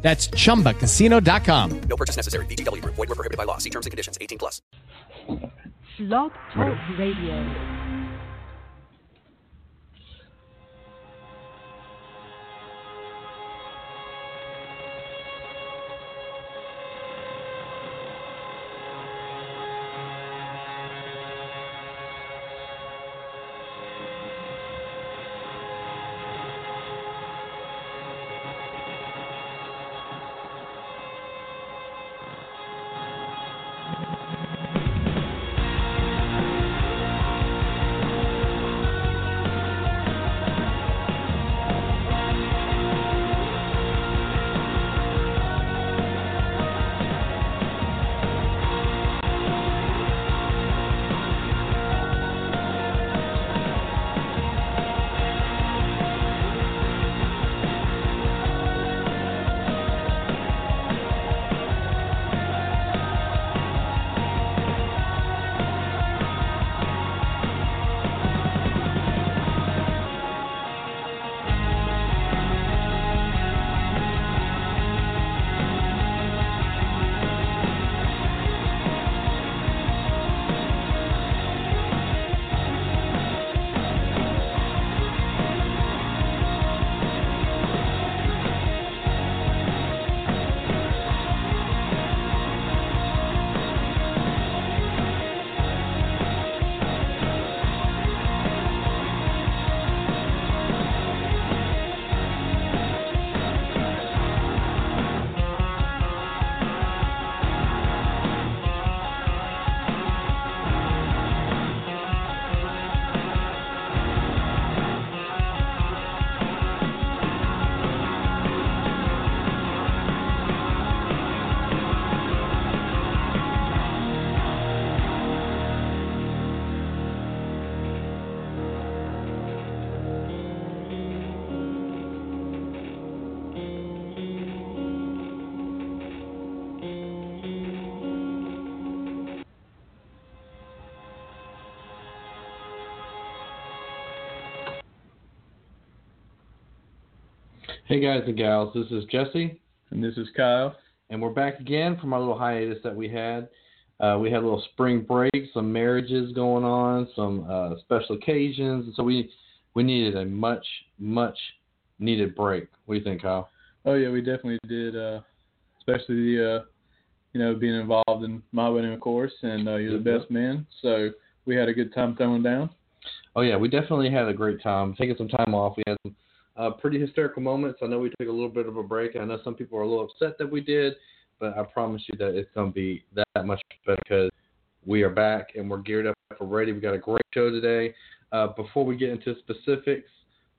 That's chumbacasino.com. No purchase necessary. VGW Group. Void were prohibited by law. See terms and conditions. 18 plus. Blog Talk Radio. Hey guys and gals, this is Jesse, And this is Kyle. and we're back again from our little hiatus that we had. Uh, we had a little spring break, some marriages going on, some uh, special occasions, and so we we needed a much much needed break. What do you think, Kyle? Oh yeah, we definitely did. Uh, especially the, uh, you know, being involved in my wedding, of course, and uh, you're the Mhm. best man. So we had a good time throwing down. Oh yeah, we definitely had a great time. Taking some time off, we had some uh, pretty hysterical moments. I know we took a little bit of a break. I know some people are a little upset that we did, but I promise you that it's gonna be that much better because we are back and we're geared up. We're ready. We got a great show today. Uh, before we get into specifics,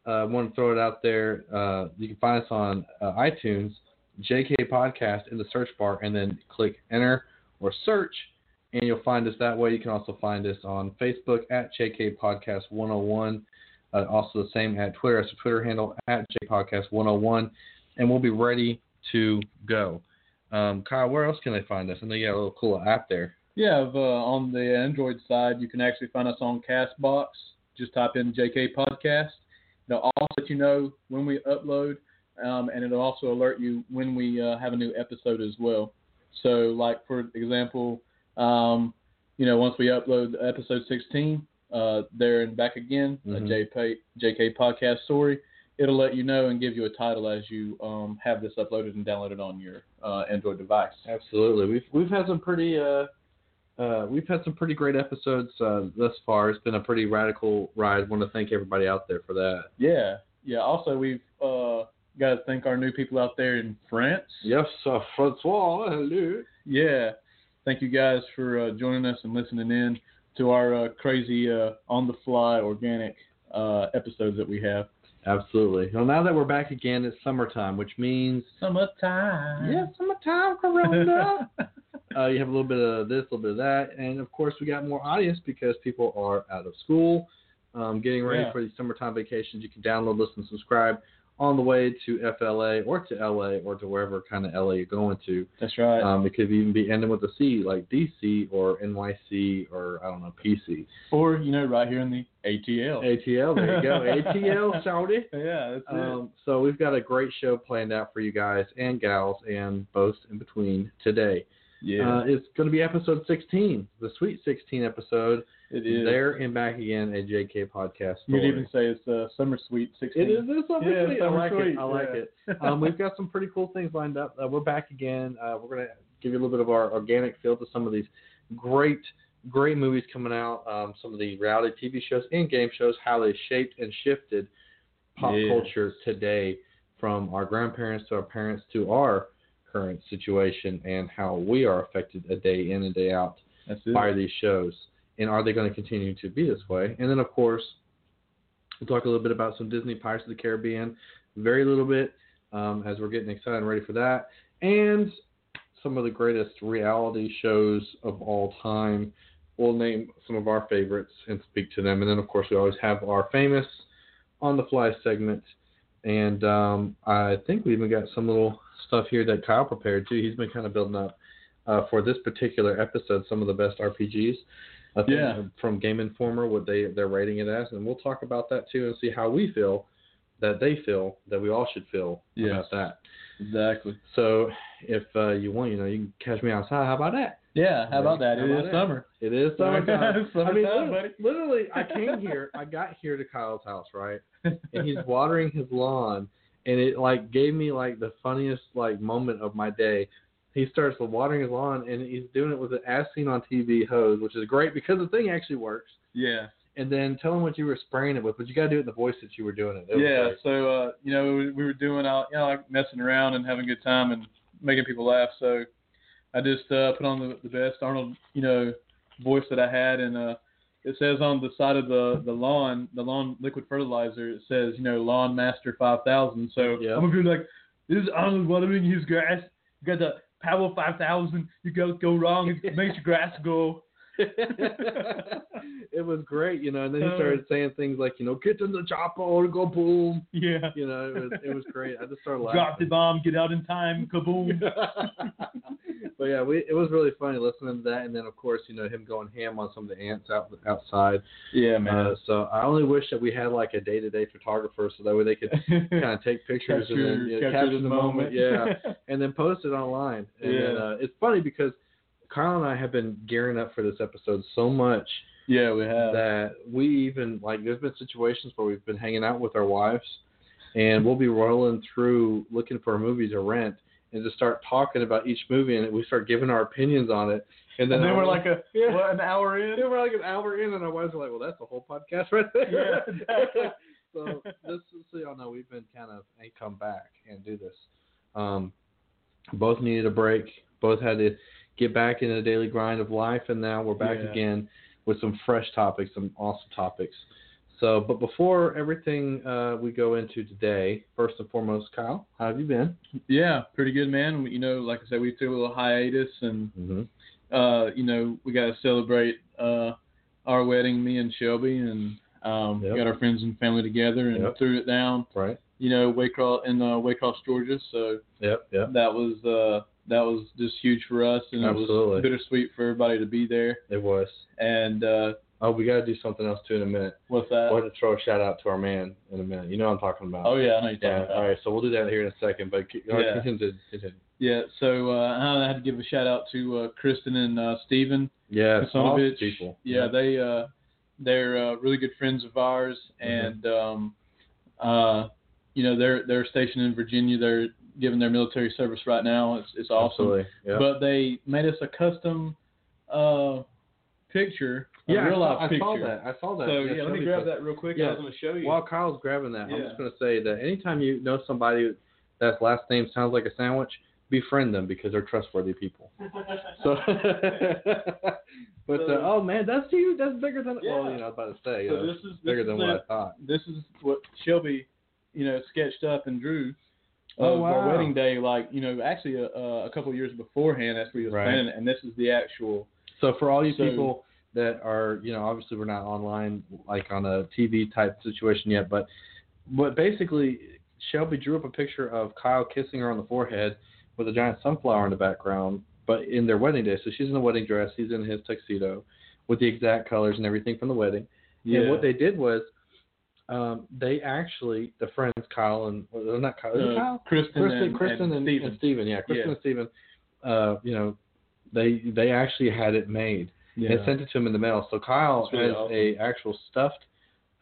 uh, I want to throw it out there. Uh, you can find us on uh, iTunes, JK Podcast, in the search bar, and then click enter or search and you'll find us that way. You can also find us on Facebook at JK Podcast 101. Uh, also, the same at Twitter. That's the Twitter handle at JPodcast 101. And we'll be ready to go. Um, Kyle, where else can they find us? I know you got a little cool app there. Yeah, if, uh, on the Android side, you can actually find us on Castbox. Just type in JK Podcast. They'll also let you know when we upload, um, and it'll also alert you when we uh, have a new episode as well. So, like for example, um, you know, once we upload episode 16, uh, there and back again, a Mhm. JP, JK Podcast story. It'll let you know and give you a title as you um, have this uploaded and downloaded on your uh, Android device. Absolutely. We've we've had some pretty uh, uh, we've had some pretty great episodes uh, thus far. It's been a pretty radical ride. want to thank everybody out there for that. Yeah, yeah. Also, we've uh, got to thank our new people out there in France. Yes, uh, Francois. Hello. Yeah. Thank you guys for uh, joining us and listening in to our uh, crazy uh, on-the-fly organic uh, episodes that we have. Absolutely. Well, now that we're back again, it's summertime, which means Summertime. Yeah, summertime, Corona. Uh, you have a little bit of this, a little bit of that, and of course we got more audience because people are out of school, um, getting ready Yeah. for these summertime vacations. You can download, listen, subscribe on the way to FLA or to LA or to wherever kind of LA you're going to. That's right. Um, it could even be ending with a C, like DC or NYC or I don't know PC. or you know, right here in the ATL. ATL, there you go, ATL, Saudi. yeah, that's it. Um, so we've got a great show planned out for you guys and gals and both in between today. Yeah, Uh, it's going to be episode 16, the Sweet 16 episode. it is. There and back again, a JK podcast. You'd story. even say it's uh, summer sweet sixteen. It is this Yeah, obviously. I summer like sweet. it. I like yeah. it. Um, we've got some pretty cool things lined up. Uh, we're back again. Uh, we're going to give you a little bit of our organic feel to some of these great, great movies coming out. Um, some of the reality TV shows and game shows, how they shaped and shifted pop Yeah. culture today from our grandparents to our parents to our current situation and how we are affected a day in and day out That's it. by these shows? And are they going to continue to be this way? And then, of course, we'll talk a little bit about some Disney Pirates of the Caribbean, very little bit, um, as we're getting excited and ready for that. And some of the greatest reality shows of all time. We'll name some of our favorites and speak to them. And then, of course, we always have our famous on the fly segment. And um, I think we even got some little stuff here that Kyle prepared too. He's been kind of building up uh, for this particular episode some of the best RPGs. I think, Yeah. uh, From Game Informer, what they they're rating it as, and we'll talk about that too, and see how we feel that they feel that we all should feel Yes. about that. Exactly. So if uh, you want, you know, you can catch me outside. How about that? Yeah. How about that? How It about is that? summer. It is summertime. I mean, Summertime, literally, buddy. literally, I came here. I got here to Kyle's house, right? And he's watering his lawn, and it like gave me like the funniest like moment of my day. He starts watering his lawn, and he's doing it with an as seen on TV hose, which is great because the thing actually works. Yeah. And then tell him what you were spraying it with, but you got to do it in the voice that you were doing it. It was yeah. great. So uh, you know, we- we were doing out, you know, like messing around and having a good time and making people laugh. So I just uh, put on the, the best Arnold, you know, voice that I had, and uh, it says on the side of the the lawn, the lawn liquid fertilizer. It says, you know, Lawn Master Five Thousand. So Yeah. I'm gonna be like, this is Arnold watering his grass. You got the Power Five Thousand. You gotta go wrong. It makes your grass go. it was great, you know. And then he Uh. started saying things like, you know, get in the chopper or go boom. Yeah. You know, it was it was great. I just started laughing. Drop the bomb. Get out in time. Kaboom. but yeah, we, it was really funny listening to that, and then of course, you know, him going ham on some of the ants out outside. Yeah, Uh, so I only wish that we had like a day-to-day photographer, so that way they could kind of take pictures and then you know, Capture- capture, capture the moment. Yeah, and then post it online. And then, Yeah. uh, it's funny because Kyle and I have been gearing up for this episode so much yeah, we have. that we even like there's been situations where we've been hanging out with our wives and we'll be rolling through looking for a movie to rent and just start talking about each movie and we start giving our opinions on it and then, and then our we're wives- like a Yeah. what an hour in. then we're like an hour in and our wives are like well that's a whole podcast right there Yeah, exactly. so this is so y'all know we've been kind of hey come back and do this um both needed a break both had to get back into the daily grind of life and now we're back Yeah. again with some fresh topics some awesome topics so but before everything uh, we go into today first and foremost kyle how have you been Yeah, pretty good, man. We- You know, like I said, we took a little hiatus, and mm-hmm. uh, you know, we got to celebrate uh, our wedding, me and Shelby, and um, Yep. got our friends and family together, and Yep. threw it down. right You know, Waycross in uh, Waycross, Georgia. So yep yep that was uh, that was just huge for us, and it Absolutely. was bittersweet for everybody to be there. it was And uh, oh we gotta do something else too in a minute what's that? i wanted to throw a shout out to our man in a minute you know what i'm talking about Oh yeah, I know you're talking Uh, Yeah, about. all right. So we'll do that here in a second, but keep, Yeah. continue, continue. Yeah, so uh, I had to give a shout out to uh, Kristen and uh, Steven yeah, Kusanovich. awesome people. Yeah, they uh, they're uh, really good friends of ours, Mm-hmm. and um, uh, you know they're they're stationed in Virginia. They're giving their military service right now. It's it's awesome. Absolutely. Yeah. But they made us a custom uh, picture, a yeah, I, real saw, life I picture. saw that. I saw that. So yeah, let Shelby me grab put- that real quick. Yeah. I was going to show you. While Kyle's grabbing that, I'm Yeah. just going to say that anytime you know somebody that's last name sounds like a sandwich, befriend them because they're trustworthy people. So, but uh, So- oh man, that's huge. That's bigger than. Well, Yeah. you know, I was about to say, you so know, this is this bigger is than their- what I thought. this is what Shelby, you know, sketched up and drew of Oh, wow. our wedding day, like you know, actually a, a couple of years beforehand. That's what he was Right. planning, it, and this is the actual. So for all you So- people that are, you know, obviously we're not online like on a TV type situation yet, but but basically Shelby drew up a picture of Kyle kissing her on the forehead with a giant sunflower in the background, but in their wedding day. So she's in the wedding dress, he's in his tuxedo with the exact colors and everything from the wedding. And what they did was um, they actually the friends Kyle and well, not Kyle, is it Uh, Kyle? Kristen, Kristen, and, Kristen, and, and Stephen. Steven. yeah, Kristen Yeah. and Stephen. Uh, you know, they they actually had it made Yeah. and sent it to him in the mail. So Kyle That's really has awesome. a actual stuffed,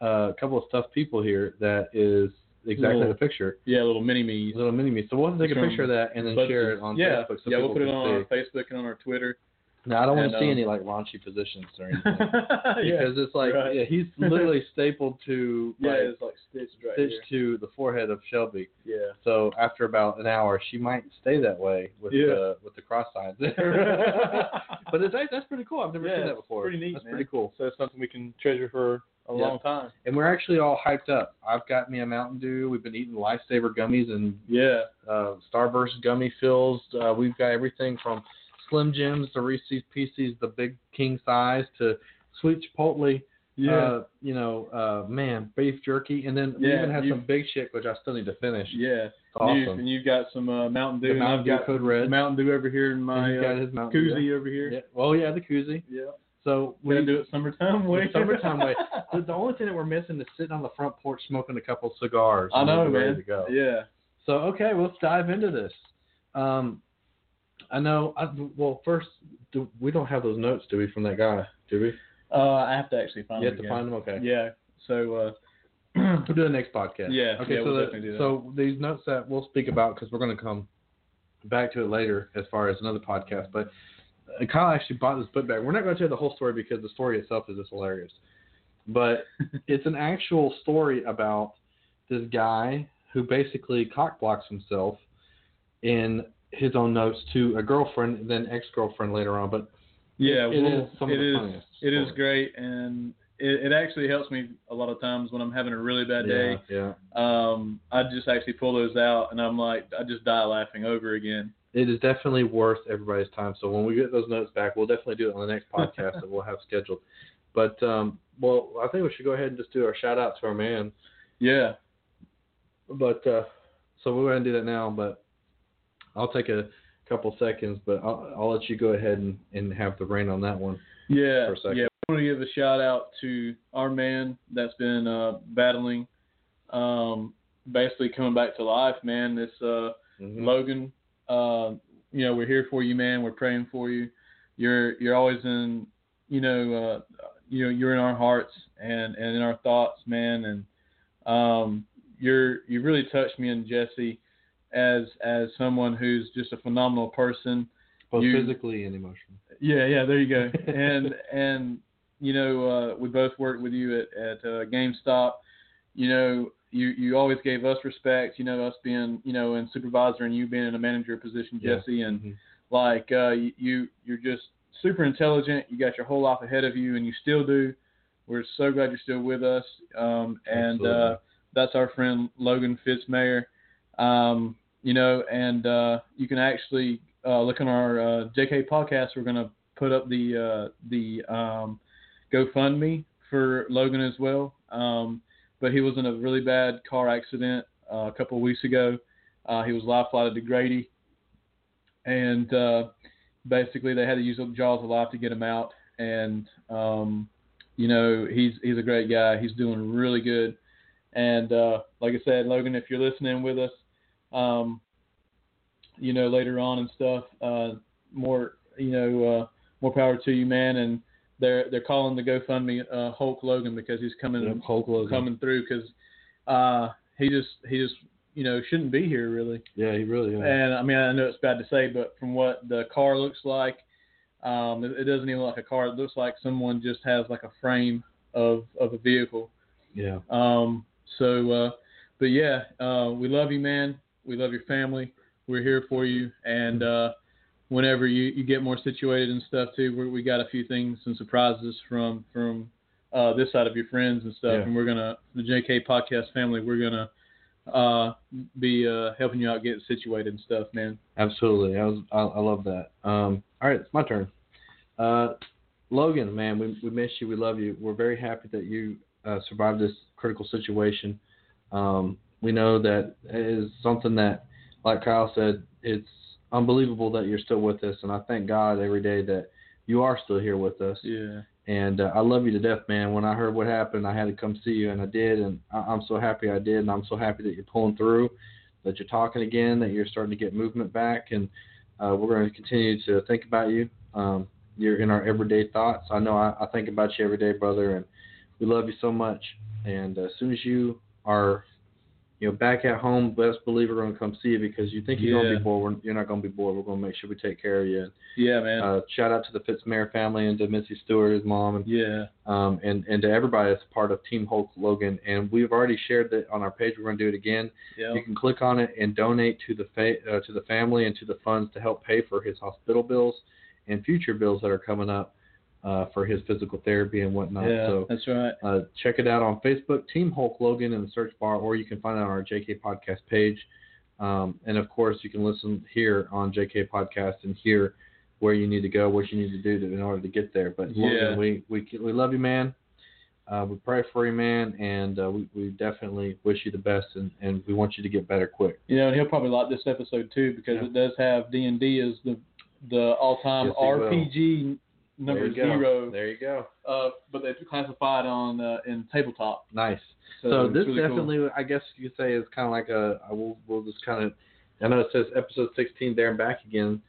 a couple of stuffed people here that is exactly Little- the picture. yeah, little mini me's. Little mini me. So we'll have to take a From picture of that and then share it on yeah, Facebook. So yeah, we'll people put it can on see. our Facebook and on our Twitter. Now I don't want and, to see um, any like raunchy positions or anything. yeah, Because it's like right. yeah, he's literally stapled to yeah, like, it's like stitched right stitched to the forehead of Shelby. here. So after about an hour, she might stay that way with Yeah. the with the cross signs there. Yeah. but it's, that's pretty cool. I've never Yeah, seen that it's before. pretty neat, That's man. pretty cool. So it's something we can treasure for a Yeah. long time. And we're actually all hyped up. I've got me a Mountain Dew. We've been eating Lifesaver gummies and Yeah. uh, Starburst gummy fills. Uh, we've got everything from Slim Jims to Reese's Pieces, the big king size, to sweet Chipotle. Uh, you know, uh, man, beef jerky, and then we Yeah, even had you- some big shit, which I still need to finish. yeah. It's And you've- awesome. and you've got some uh, Mountain Dew. the and Mountain I've Dew got Code Red. Mountain Dew over here in my He's uh, got his Mountain Dew. koozie over here. Yeah. Well, yeah, the koozie. Yeah. So We're we gonna do it summertime way. the summertime way. The, the only thing that we're missing is sitting on the front porch smoking a couple cigars. I and know, we're ready man. To go. Yeah. So okay, let's dive into this. Um, I know. I, well, first, do, we don't have those notes, do we, from that guy? Do we? Uh, I have to actually find you it. have to find them. Okay. Yeah. So. Uh, We'll do the next podcast. Yeah, Okay. yeah, so we'll the- definitely do that. so these notes that we'll speak about because we're going to come back to it later as far as another podcast. But uh, Kyle actually bought this book back. We're not going to tell the whole story because the story itself is just hilarious. But it's an actual story about this guy who basically cock blocks himself in his own notes to a girlfriend, and then ex girlfriend later on. But Yeah, It- it well, is some of it the is- funniest it is stories. great, and it, it actually helps me a lot of times when I'm having a really bad day. yeah, yeah. Um, I just actually pull those out, and I'm like, I just die laughing over again. it is definitely worth everybody's time. So when we get those notes back, we'll definitely do it on the next podcast that we'll have scheduled. But um, well, I think we should go ahead and just do our shout out to our man. Yeah, But uh, so we're going to do that now. But I'll take a couple seconds, but I'll, I'll let you go ahead and, and have the reign on that one. yeah, For a second. yeah. I want to give a shout out to our man that's been uh, battling, um, basically coming back to life, man. This uh, Mm-hmm. Logan, uh, you know, we're here for you, man. We're praying for you. You're you're always in, you know, uh, you know, you're in our hearts and and in our thoughts, man. And um, you're you really touched me and Jesse as as someone who's just a phenomenal person Both you- physically and emotionally. yeah, yeah, there you go. and and you know, uh, we both worked with you at at uh, GameStop. You know, you you always gave us respect. You know, us being you know in supervisor and you being in a manager position, Yeah. Jesse, and Mhm. like uh, you- you you're just super intelligent. You got your whole life ahead of you, and you still do. We're so glad you're still with us. Um, and uh, Absolutely. that's our friend Logan Fitzmayer. Um, you know, and uh, you can actually uh, look on our uh, JK podcast. We're going to put up the uh, the um, GoFundMe for Logan as well. Um, but he was in a really bad car accident uh, a couple of weeks ago. Uh, he was life flighted to Grady, and uh, basically they had to use up jaws of life to get him out. And um, you know he's he's a great guy. He's doing really good. And uh, like I said, Logan, if you're listening with us, um, you know later on and stuff, uh, more you know uh, more power to you, man. And they're they're calling the GoFundMe uh, Hulk Logan because he's coming Yep, Hulk Logan. coming through because uh, he just he just you know shouldn't be here really. Yeah, he really is. And I mean I know it's bad to say, but from what the car looks like, um, it, it doesn't even look like a car. It looks like someone just has like a frame of of a vehicle. yeah. Um, so, uh, but yeah, uh, we love you, man. We love your family. We're here for you. And uh, whenever you, you get more situated and stuff too, we we got a few things and surprises from from uh, this side of your friends and stuff. Yeah. And we're gonna the JK podcast family. We're gonna uh, be uh, helping you out get situated and stuff, man. Absolutely. I was I, I love that. Um, all right, it's my turn. Uh, Logan, man, we we miss you. We love you. We're very happy that you uh, survived this critical situation. Um, we know that it is something that, like Kyle said, it's unbelievable that you're still with us, and I thank God every day that you are still here with us. Yeah. And uh, I love you to death, man. When I heard what happened, I had to come see you, and I did, and I- I'm so happy I did, and I'm so happy that you're pulling through, that you're talking again, that you're starting to get movement back, and uh, we're going to continue to think about you. Um, you're in our everyday thoughts. I know I, I think about you every day, brother, and we love you so much. And uh, as soon as you are, you know, back at home, best believe we're going to come see you because you think you're going to Yeah. be bored. We're, you're not going to be bored. We're going to make sure we take care of you. Yeah, man. Uh, shout out to the Fitzmayer family and to Missy Stewart, his mom, and yeah. um, and, and to everybody that's part of Team Hulk Logan. And we've already shared that on our page. We're going to do it again. Yeah. You can click on it and donate to the fa- uh, to the family and to the funds to help pay for his hospital bills and future bills that are coming up uh, for his physical therapy and whatnot. yeah. So that's right. uh, check it out on Facebook, Team Hulk Logan, in the search bar, or you can find it on our JK Podcast page. Um, and of course, you can listen here on JK Podcast and hear where you need to go, what you need to do to, in order to get there. But Logan, Yeah. we, we we love you, man. Uh, we pray for you, man, and uh, we, we definitely wish you the best, and, and we want you to get better quick. You know, and he'll probably like this episode too because Yeah. it does have D and D as the the all time Yes, it will. RPG number There you go. zero, There you go. uh, but they classified on uh, in tabletop. Nice. So, So, it's this really cool. definitely, I guess you could say, is kind of like a. I will, we'll just kind of. I know it says episode 16 there and back again,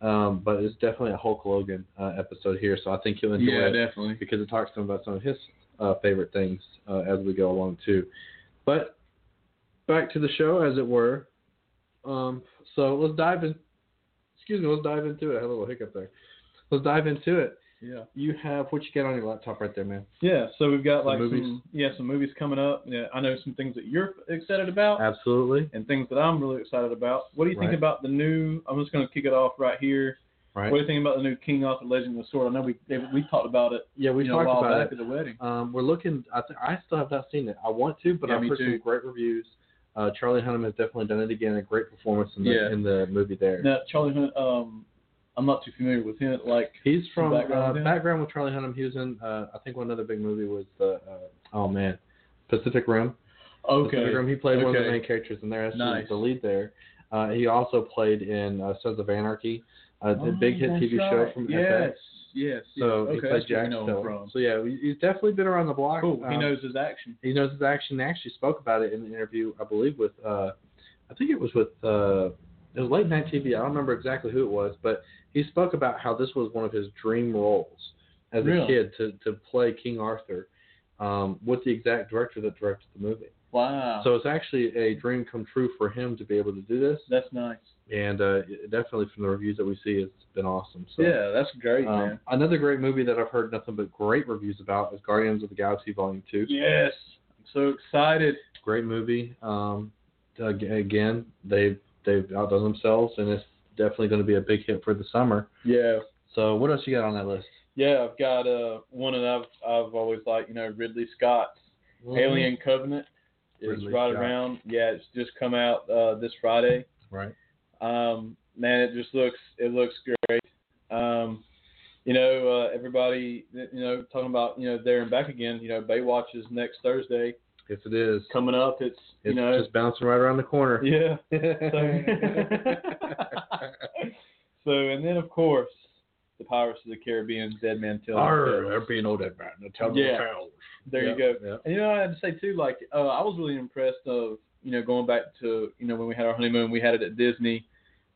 um, but it's definitely a Hulk Logan uh, episode here. So I think you'll enjoy yeah, it definitely. because it talks to him about some of his uh, favorite things uh, as we go along too. But back to the show, as it were. Um, so let's dive in. Excuse me. Let's dive into it. I had a little hiccup there. Let's dive into it. Yeah. You have what you got on your laptop right there, man. Yeah, so we've got Some like movies. some yeah some movies coming up. Yeah, I know some things that you're excited about Absolutely. and things that I'm really excited about. What do you Right. think about the new? I'm just going to kick it off right here. Right. What do you think about the new King Arthur Legend of the Sword? I know we David, we talked about it. yeah, we you know, talked a while about it. back at the wedding. Um, we're looking. I th- I still have not seen it. I want to, but Yeah, I've me heard too. some great reviews. Uh, Charlie Hunnam has definitely done it again. A great performance in the Yeah. in the movie there. Now Charlie Hunt, um, I'm not too familiar with him. Like He's from Background background, with uh, him? background with Charlie Hunnam. He was in uh, I think one other big movie was the uh, oh man Pacific Rim. Pacific okay, Rim. He played one of the Okay. main characters in there. That's Nice. the lead there. Uh, he also played in uh, Sons of Anarchy, uh, the Oh, big hit that's TV show right. from FX. yes, yes, yes. So he okay, that's played where Jack. we know Stone. him from. So yeah, he- he's definitely been around the block. Cool, he Um, knows his action. he knows his action. They actually spoke about it in an interview, I believe, with uh, I think it was with uh, it was late night TV. I don't remember exactly who it was, but he spoke about how this was one of his dream roles as a Really? kid to to play King Arthur um, with the exact director that directed the movie. Wow, So it's actually a dream come true for him to be able to do this, that's nice. and uh, it- definitely from the reviews that we see, it's been awesome. So. yeah, that's great, Um, man. another great movie that I've heard nothing but great reviews about is Guardians of the Galaxy Volume Two. Yes, I'm so excited. great movie. Um, ag- again, they've they've outdone themselves, and it's definitely going to be a big hit for the summer. Yeah, So, what else you got on that list? yeah. I've got uh one that I've I've always liked. You know, Ridley Scott's Mm-hmm. Alien Covenant is Mm-hmm. Ridley right Scott. around. Yeah, it's just come out uh, this Friday. right? Um, man, it just looks it looks great. Um, you know, uh, everybody, you know, talking about you know there and back again. You know, Baywatch is next Thursday Yes, it is. coming up. It's you It's know, just bouncing right around the corner. yeah. Arr, So and then of course the Pirates of the Caribbean, Dead Man Tell. there be no dead man. no tell no Yeah. tales. There Yep, you go. yep. And you know, I had to say too, like uh, I was really impressed of you know going back to you know when we had our honeymoon, we had it at Disney,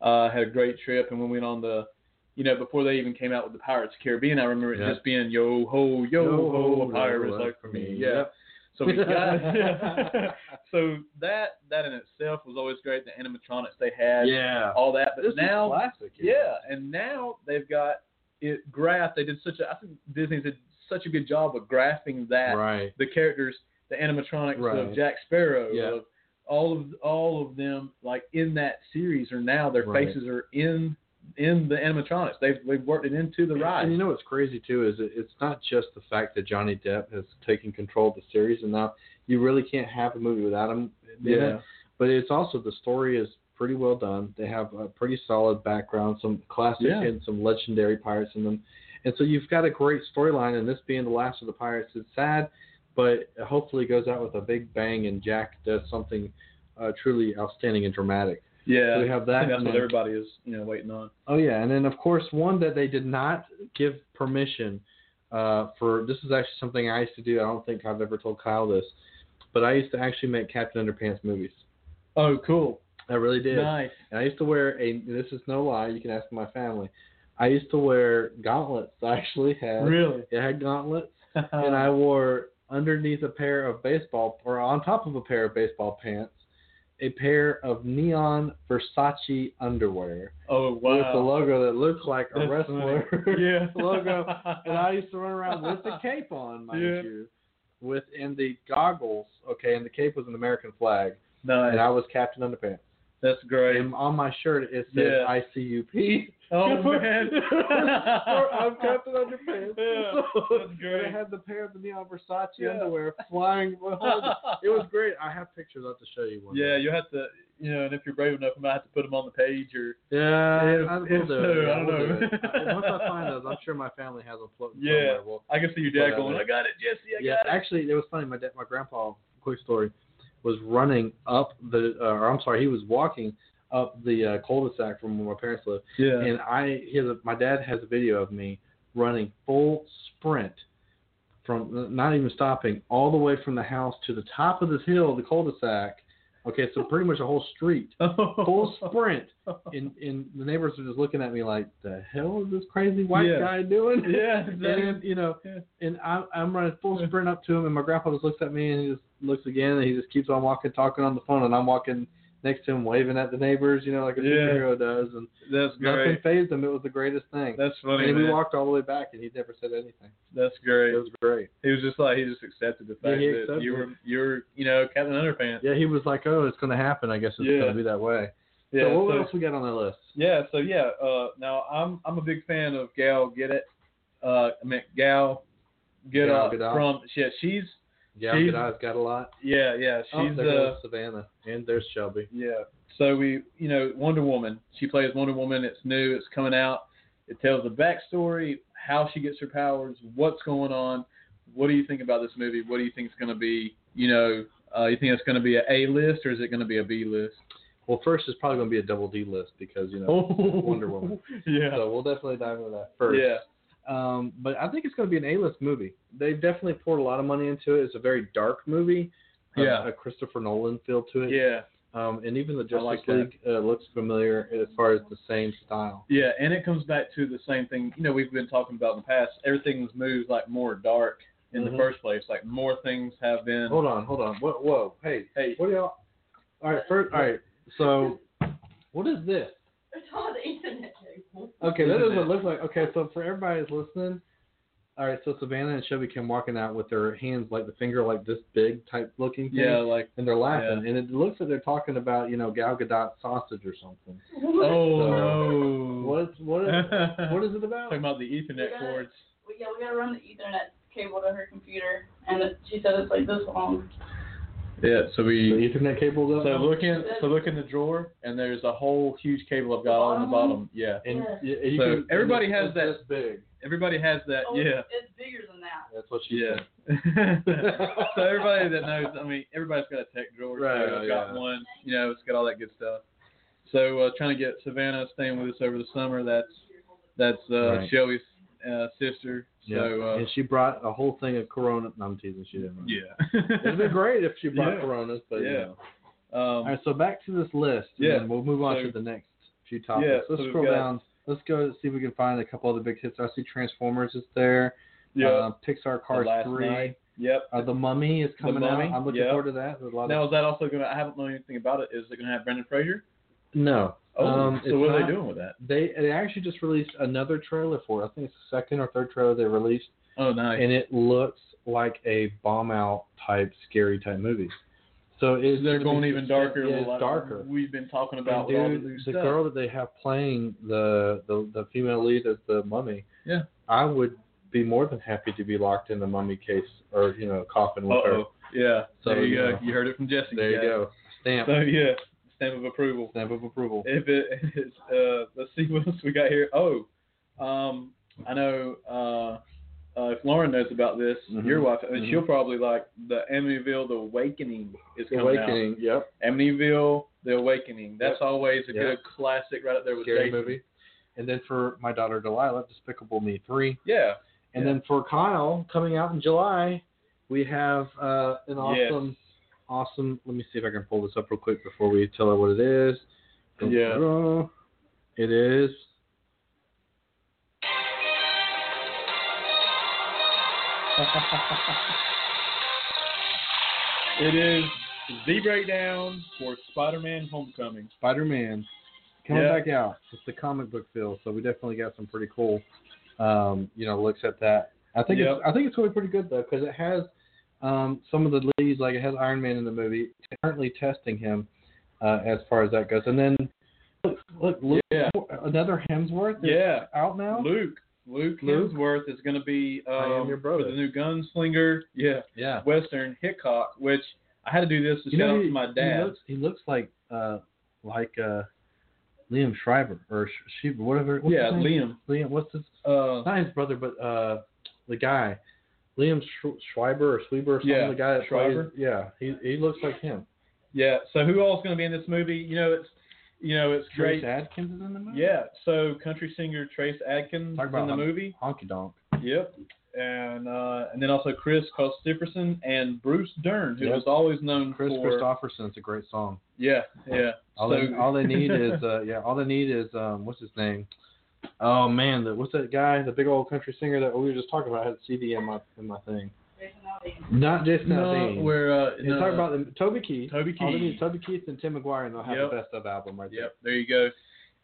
uh, had a great trip, and when we went on the, you know, before they even came out with the Pirates of the Caribbean, I remember it Yeah. just being yo ho yo, ho, a pirate is like for me, yeah. Yep. So we got so that that in itself was always great. The animatronics they had, yeah. all that, but This now is classic. yeah, and now they've got it graphed. They did such a. I think Disney did such a good job of graphing that Right. the characters, the animatronics Right. of Jack Sparrow, Yeah. of all of all of them, like in that series, are now their Right. faces are in in the animatronics. They've they've worked it into the ride. And you know what's crazy too is it, it's not just the fact that Johnny Depp has taken control of the series, and now you really can't have a movie without him. in it. yeah, But it's also the story is pretty well done. They have a pretty solid background, some classic Yeah. and some legendary pirates in them, and so you've got a great storyline. And this being the last of the pirates, it's sad, but hopefully it goes out with a big bang, and Jack does something uh, truly outstanding and dramatic. Yeah, So we have I that. think that's and what then- everybody is you know waiting on. Oh yeah, and then of course one that they did not give permission uh, for. This is actually something I used to do. I don't think I've ever told Kyle this, but I used to actually make Captain Underpants movies. Oh, cool. I really did. Nice. And I used to wear a. This is no lie. You can ask my family. I used to wear gauntlets. I actually had. Really? Uh. I had gauntlets, and I wore underneath a pair of baseball, or on top of a pair of baseball pants, a pair of neon Versace underwear oh with the wow. logo that looked like a That's wrestler funny. Yeah. logo. And I used to run around with the cape on, mind Yeah. you, with and the goggles. Okay, and the cape was an American flag, and nice. I was Captain Underpants. That's great. And on my shirt it said Yeah. ICUP. Oh man. Or I'm Captain Underpants. Yeah, that's And great. I had the pair of the neon Versace Yeah. underwear flying. behind me. It was great. I have pictures. I'll have to show you one. Yeah, day. you have to, you know, and if you're brave enough, I might have to put them on the page or. Yeah, If- I, will if do so, it. Yeah, I don't we'll do know. it. I- Once I find those, I'm sure my family has them floating Yeah. somewhere. We'll, I can see your dad Whatever. going, "I got it, Jesse, I yeah, got it." actually, it was funny. My dad, my grandpa, quick story, was running up the, uh, or I'm sorry, he was walking up the uh, cul-de-sac from where my parents live, Yeah. and I, he has a, my dad has a video of me running full sprint from not even stopping all the way from the house to the top of this hill, the cul-de-sac. Okay, so pretty much a whole street, full sprint, and and the neighbors are just looking at me like, the hell is this crazy white Yeah. guy doing? yeah. And then, you know, Yeah. and I'm, I'm running full sprint up to him, and my grandpa just looks at me and he just looks again, and he just keeps on walking, talking on the phone, and I'm walking next to him, waving at the neighbors, you know, like a Yeah. superhero does, and That's nothing great. phased him. It was the greatest thing. That's funny. and we man. walked all the way back, and he never said anything. That's It great. was great. He was just like he just accepted the Yeah, fact he that accepted you it. were you were you know Captain Underpants. Yeah, he was like, "Oh, it's going to happen. I guess it's Yeah. going to be that way." Yeah. so what so- else we got on the list? Yeah, so yeah, uh, now I'm I'm a big fan of Gal Get It. Uh, I mean Gal Get Gal Up Gadot. from yeah she's Yeah, She's- Godot's got a lot. yeah yeah oh, she's there uh, goes Savannah, and there's Shelby. yeah. So we you know Wonder Woman she plays Wonder Woman. It's new. It's coming out. It tells the backstory, how she gets her powers, what's going on. What do you think about this movie? What do you think is going to be? You know, uh, you think it's going to be a A list or is it going to be a B list? Well, first it's probably going to be a double D list because you know Wonder Woman. yeah. So we'll definitely dive into that first. Oh. Yeah. Um, but I think it's going to be an A-list movie. They've definitely poured a lot of money into it. It's a very dark movie. A- Yeah. A Christopher Nolan feel to it. Yeah. Um, and even the Justice like that. League uh, looks familiar as far as the same style. Yeah, and it comes back to the same thing. You know, we've been talking about in the past. Everything's moved like more dark in the Mhm. first place. Like more things have been. Hold on, hold on. Whoa, whoa. Hey, Hey. Oh, what do y'all? All right, first, all right. So, what is this? It's on the internet table. Okay, that Isn't doesn't it? look like. Okay, so for everybody that's listening, all right, so Savannah and Shelby came walking out with their hands like the finger like this big type looking thing. Yeah, like and they're laughing, and it looks like they're talking about you know Gal Gadot sausage or something. oh So- no. What's what is, what is it about? Talking about the Ethernet Yeah. cords. Well, yeah, we gotta run the Ethernet cable to her computer, and it, she said it's like this long. Uh, Yeah. So The we. Ethernet cables So up, look in. So look in the drawer, and there's a whole huge cable I've got on the bottom. Yeah. and Yes. you, you So can, everybody it's has that- This big. Everybody has that. Oh, Yeah. It's, it's bigger than that. That's what she Yeah. said. so everybody that knows, I mean, everybody's got a tech drawer. Right, so I've got yeah. one. You know, it's got all that good stuff. So uh, trying to get Savannah staying with us over the summer. That's that's uh, Right. Shelby's uh, sister. Yeah. So uh, and she brought a whole thing of Corona. No, I'm teasing. She didn't. yeah. It'd be great if she brought Yeah. Coronas, but Yeah. You know. All Um, right, so back to this list. and Yeah. then we'll move on So- to the next few topics. Yeah, Let's so we've scroll got- down. Let's go see if we can find a couple other big hits. I see Transformers is there. yeah. Uh, Pixar The Cars last three. night. Yep. Uh, the Mummy is coming Mummy, out. I'm looking yeah. forward to that. There's a lot Now of is that also gonna? I haven't known anything about it. Is it gonna have Brendan Fraser? no. Oh, Um, so what it's are not- they doing with that? They they actually just released another trailer for it. I think it's the second or third trailer they released, Oh, nice. and it looks like a bomb out type scary type movie. So it's they're gonna going be- even darker. Yeah, like it's darker. We've been talking And about with all the dude, new the stuff. girl that they have playing the, the the female lead as the mummy. Yeah. I would be more than happy to be locked in the mummy case or you know coffin with her. Uh oh. Yeah. So, there you you go. know. You heard it from Jesse. There you guys. go. Stamp. So yeah, stamp of approval. Stamp of approval. If it is, uh, let's see what else we got here. Oh, um, I know uh, uh, if Lauren knows about this, Mhm. your wife, I mean, Mhm. she'll probably like the Amityville: The Awakening is The coming Awakening. Yep. out. Amityville: The Awakening. That's always a Yep. good classic, right up there with Scary Jason. movie. And then for my daughter Delilah, Despicable Me three. Yeah, And Yeah. then for Kyle, coming out in July, we have uh, an awesome, awesome. Let me see if I can pull this up real quick before we tell her what it is. Yeah. It is. it is the breakdown for Spider-Man: Homecoming. Spider Man coming Yeah. back out. It's the comic book feel, so we definitely got some pretty cool, um, you know, looks at that. I think it's, I think it's going to be pretty good though, because it has um, some of the leads, like it has Iron Man in the movie, currently testing him uh, as far as that goes. And then look, look, Luke, Yeah. another Hemsworth is Yeah, out now. Luke. Luke Luke. Hemsworth is going to be um, I am your brother. for the new Gunslinger. Yeah, Yeah, Western Hickok, which I had to do this to you shout know, out he, to my He dad. looks, he looks like uh, like uh, Liam Shriver or Sh- Sheba, whatever. what's yeah, his name? Liam. Liam, what's his Uh, not his brother, but uh, the guy, Liam Sh- Schreiber or Schreiber or something. Yeah, the guy that Schreiber. plays. Yeah, he he looks like him. yeah. So who all's going to be in this movie? You know, it's you know it's Trace great. Adkins is in the movie. Yeah. So country singer Trace Adkins Talk is about in the hum- movie. Honky Donk. Yep. And uh, and then also Chris Christopherson and Bruce Dern, who Yep. was always known Chris for Christopherson's a great song. yeah yeah. All, so, they, all they need is uh, yeah, all they need is um, what's his name? Oh man, the, what's that guy? The big old country singer that we were just talking about had a CD in my in my thing. Jason Aldean. Not Jason no, Aldean. where uh, You no, talk about the, Toby Keith. Toby All they Keith. need is Toby Keith and Tim McGuire, and they'll have Yep. the best of album right Yep, there you go.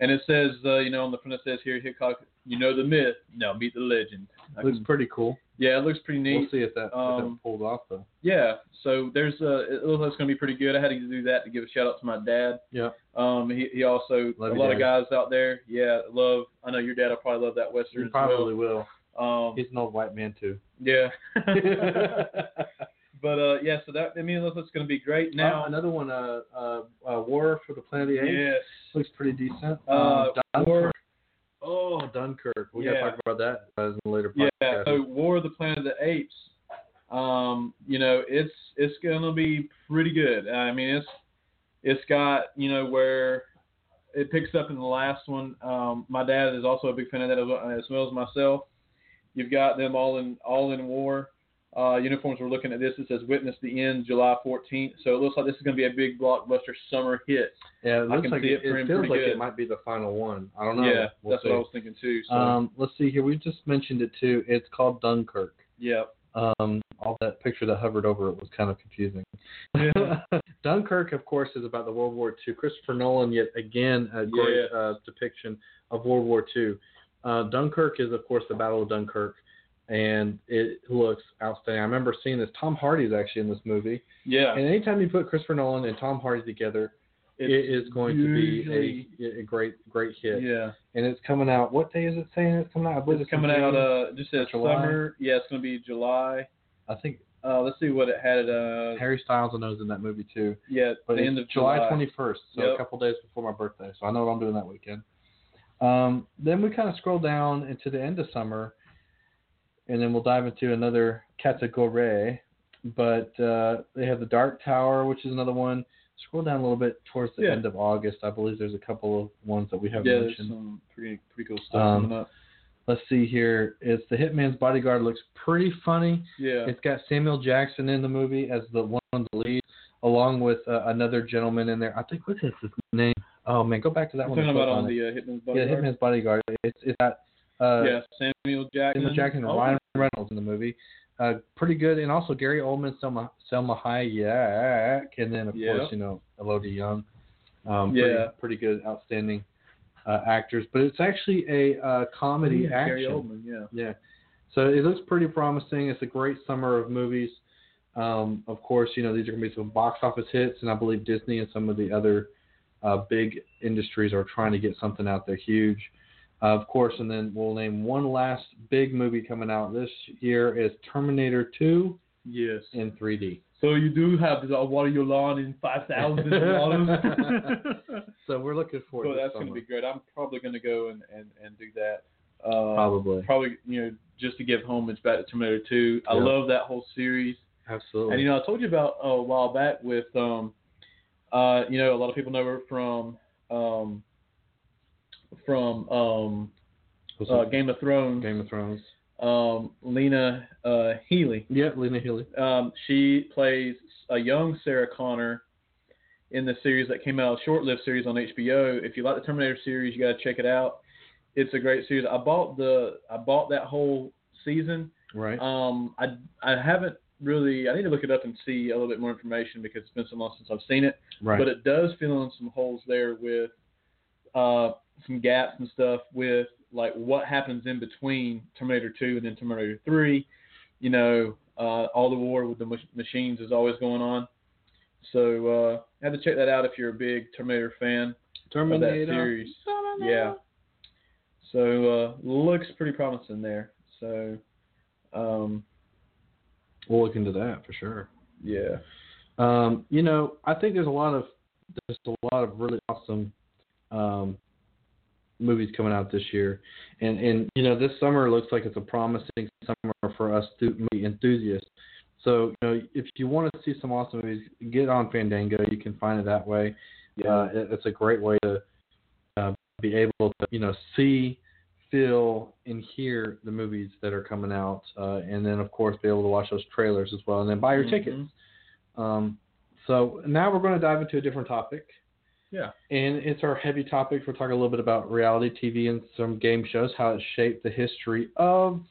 And it says, uh, you know, on the front it says here, Hickok, you know the myth, now meet the legend. I there. Looks can- pretty cool. yeah, it looks pretty We'll neat. see if that, if Um, that pulled off though. yeah, so there's uh, it looks like it's gonna be pretty good. I had to do that to give a shout out to my dad. Yeah. Um, he, he also Love a your lot of dad. guys out there. Yeah, love. I know your dad will probably love that western. You as probably will. well. Um, He's an old white man too. yeah. now but uh, yeah, so that I mean, it looks like it's gonna be great. Now, another one, uh, uh, uh, War for the Planet of the Apes yes. looks pretty decent. Um, Uh, Dunkirk. War- Oh, Dunkirk. We Yeah. gotta talk about that uh, in a later podcast. Yeah, so War of the Planet of the Apes, um, you know, it's it's gonna be pretty good. I mean, it's it's got you know where it picks up in the last one. Um, my dad is also a big fan of that as well- as well as myself. You've got them all in all in war uh, uniforms. We're looking at this. It says "Witness the End," July 14th. So it looks like this is gonna be a big blockbuster summer hit. yeah, it I looks can like see it, it pretty- feels pretty like good. it might be the final one. I don't know. yeah, We'll that's see. what I was thinking too. So Um, let's see here. We just mentioned it too. It's called Dunkirk. yeah, Um, all that picture that hovered over it was kind of confusing. Dunkirk, of course, is about the World War II. Christopher Nolan, yet again, a great uh, depiction of World War II. Uh, Dunkirk is, of course, the Battle of Dunkirk, and it looks outstanding. I remember seeing this. Tom Hardy is actually in this movie, yeah, and anytime you put Christopher Nolan and Tom Hardy together, it is going usually- to be a, a great, great hit. yeah. And it's coming out. What day is it saying it's coming out? I believe It's coming out. Uh, it just says July. summer. Yeah, it's gonna be July. I think Uh, let's see what it had. It, uh, Harry Styles I know is in that movie too. yeah, But the it's end of July 21st, so a Yep. couple days before my birthday. So I know what I'm doing that weekend. Um, then we kind of scroll down into the end of summer, and then we'll dive into another category. But uh, they have the Dark Tower, which is another one. Scroll down a little bit towards the Yeah. end of August. I believe there's a couple of ones that we Yeah, haven't there's mentioned. some pretty pretty cool stuff Um, coming up. Let's see here. It's the Hitman's Bodyguard. Looks pretty funny. Yeah, It's got Samuel Jackson in the movie as the one of the leads, along with uh, another gentleman in there. I think what's his name? Oh man, go back to that I'm one. talking that's about up on on it. the uh, Hitman's yeah, Bodyguard. Hitman's Bodyguard. It's it's got uh, yeah, Samuel Jackson. Samuel Jackson and Oh, Ryan Reynolds in the movie. Uh, pretty good, and also Gary Oldman, Selma Selma Hayek, and then of Yeah. course you know Elodie Young. Um, Yeah. pretty, pretty good, outstanding uh, actors. But it's actually a uh, comedy yeah, Gary action. Oldman. Yeah. Yeah. So it looks pretty promising. It's a great summer of movies. Um, of course, you know, these are going to be some box office hits, and I believe Disney and some of the other uh, big industries are trying to get something out there huge. Uh, of course, and then we'll name one last big movie coming out this year is Terminator 2 Yes. in 3D. So you do have the uh, water your lawn in five thousand dollars. So we're looking forward so to that's going to be good. I'm probably going to go and, and, and do that. Uh, Probably. Probably, you know, just to give homage back to Terminator 2. I Yeah. love that whole series. Absolutely. And you know, I told you about uh, a while back with, um, uh, you know, a lot of people know her from, um, from um, What's uh, up? Game of Thrones, Game of Thrones. um, Lena uh, Healy. Yeah, Lena Healy. Um, she plays a young Sarah Connor in the series that came out, a short-lived series on HBO. If you like the Terminator series, you got to check it out. It's a great series. I bought the I bought that whole season. Right. Um, I I haven't really. I need to look it up and see a little bit more information because it's been so long since I've seen it. right. But it does fill in some holes there with uh, some gaps and stuff with like what happens in between Terminator 2 and then Terminator 3. You know, uh, all the war with the mach- machines is always going on. So uh, have to check that out if you're a big Terminator fan of that Terminator. series. Yeah. So uh, looks pretty promising there. So um, We'll look into that for sure. yeah. Um, you know, I think there's a lot of there's a lot of really awesome um, movies coming out this year, and and you know this summer looks like it's a promising summer for us stu- movie enthusiasts. So you know, if you want to see some awesome movies, get on Fandango. You can find it that way. Uh, it, it's a great way to uh, be able to you know see, feel, and hear the movies that are coming out, uh, and then of course be able to watch those trailers as well, and then buy your Mhm. tickets. Um, so now we're going to dive into a different topic. Yeah. And it's our heavy topic. We're talking a little bit about reality TV and some game shows, how it shaped the history of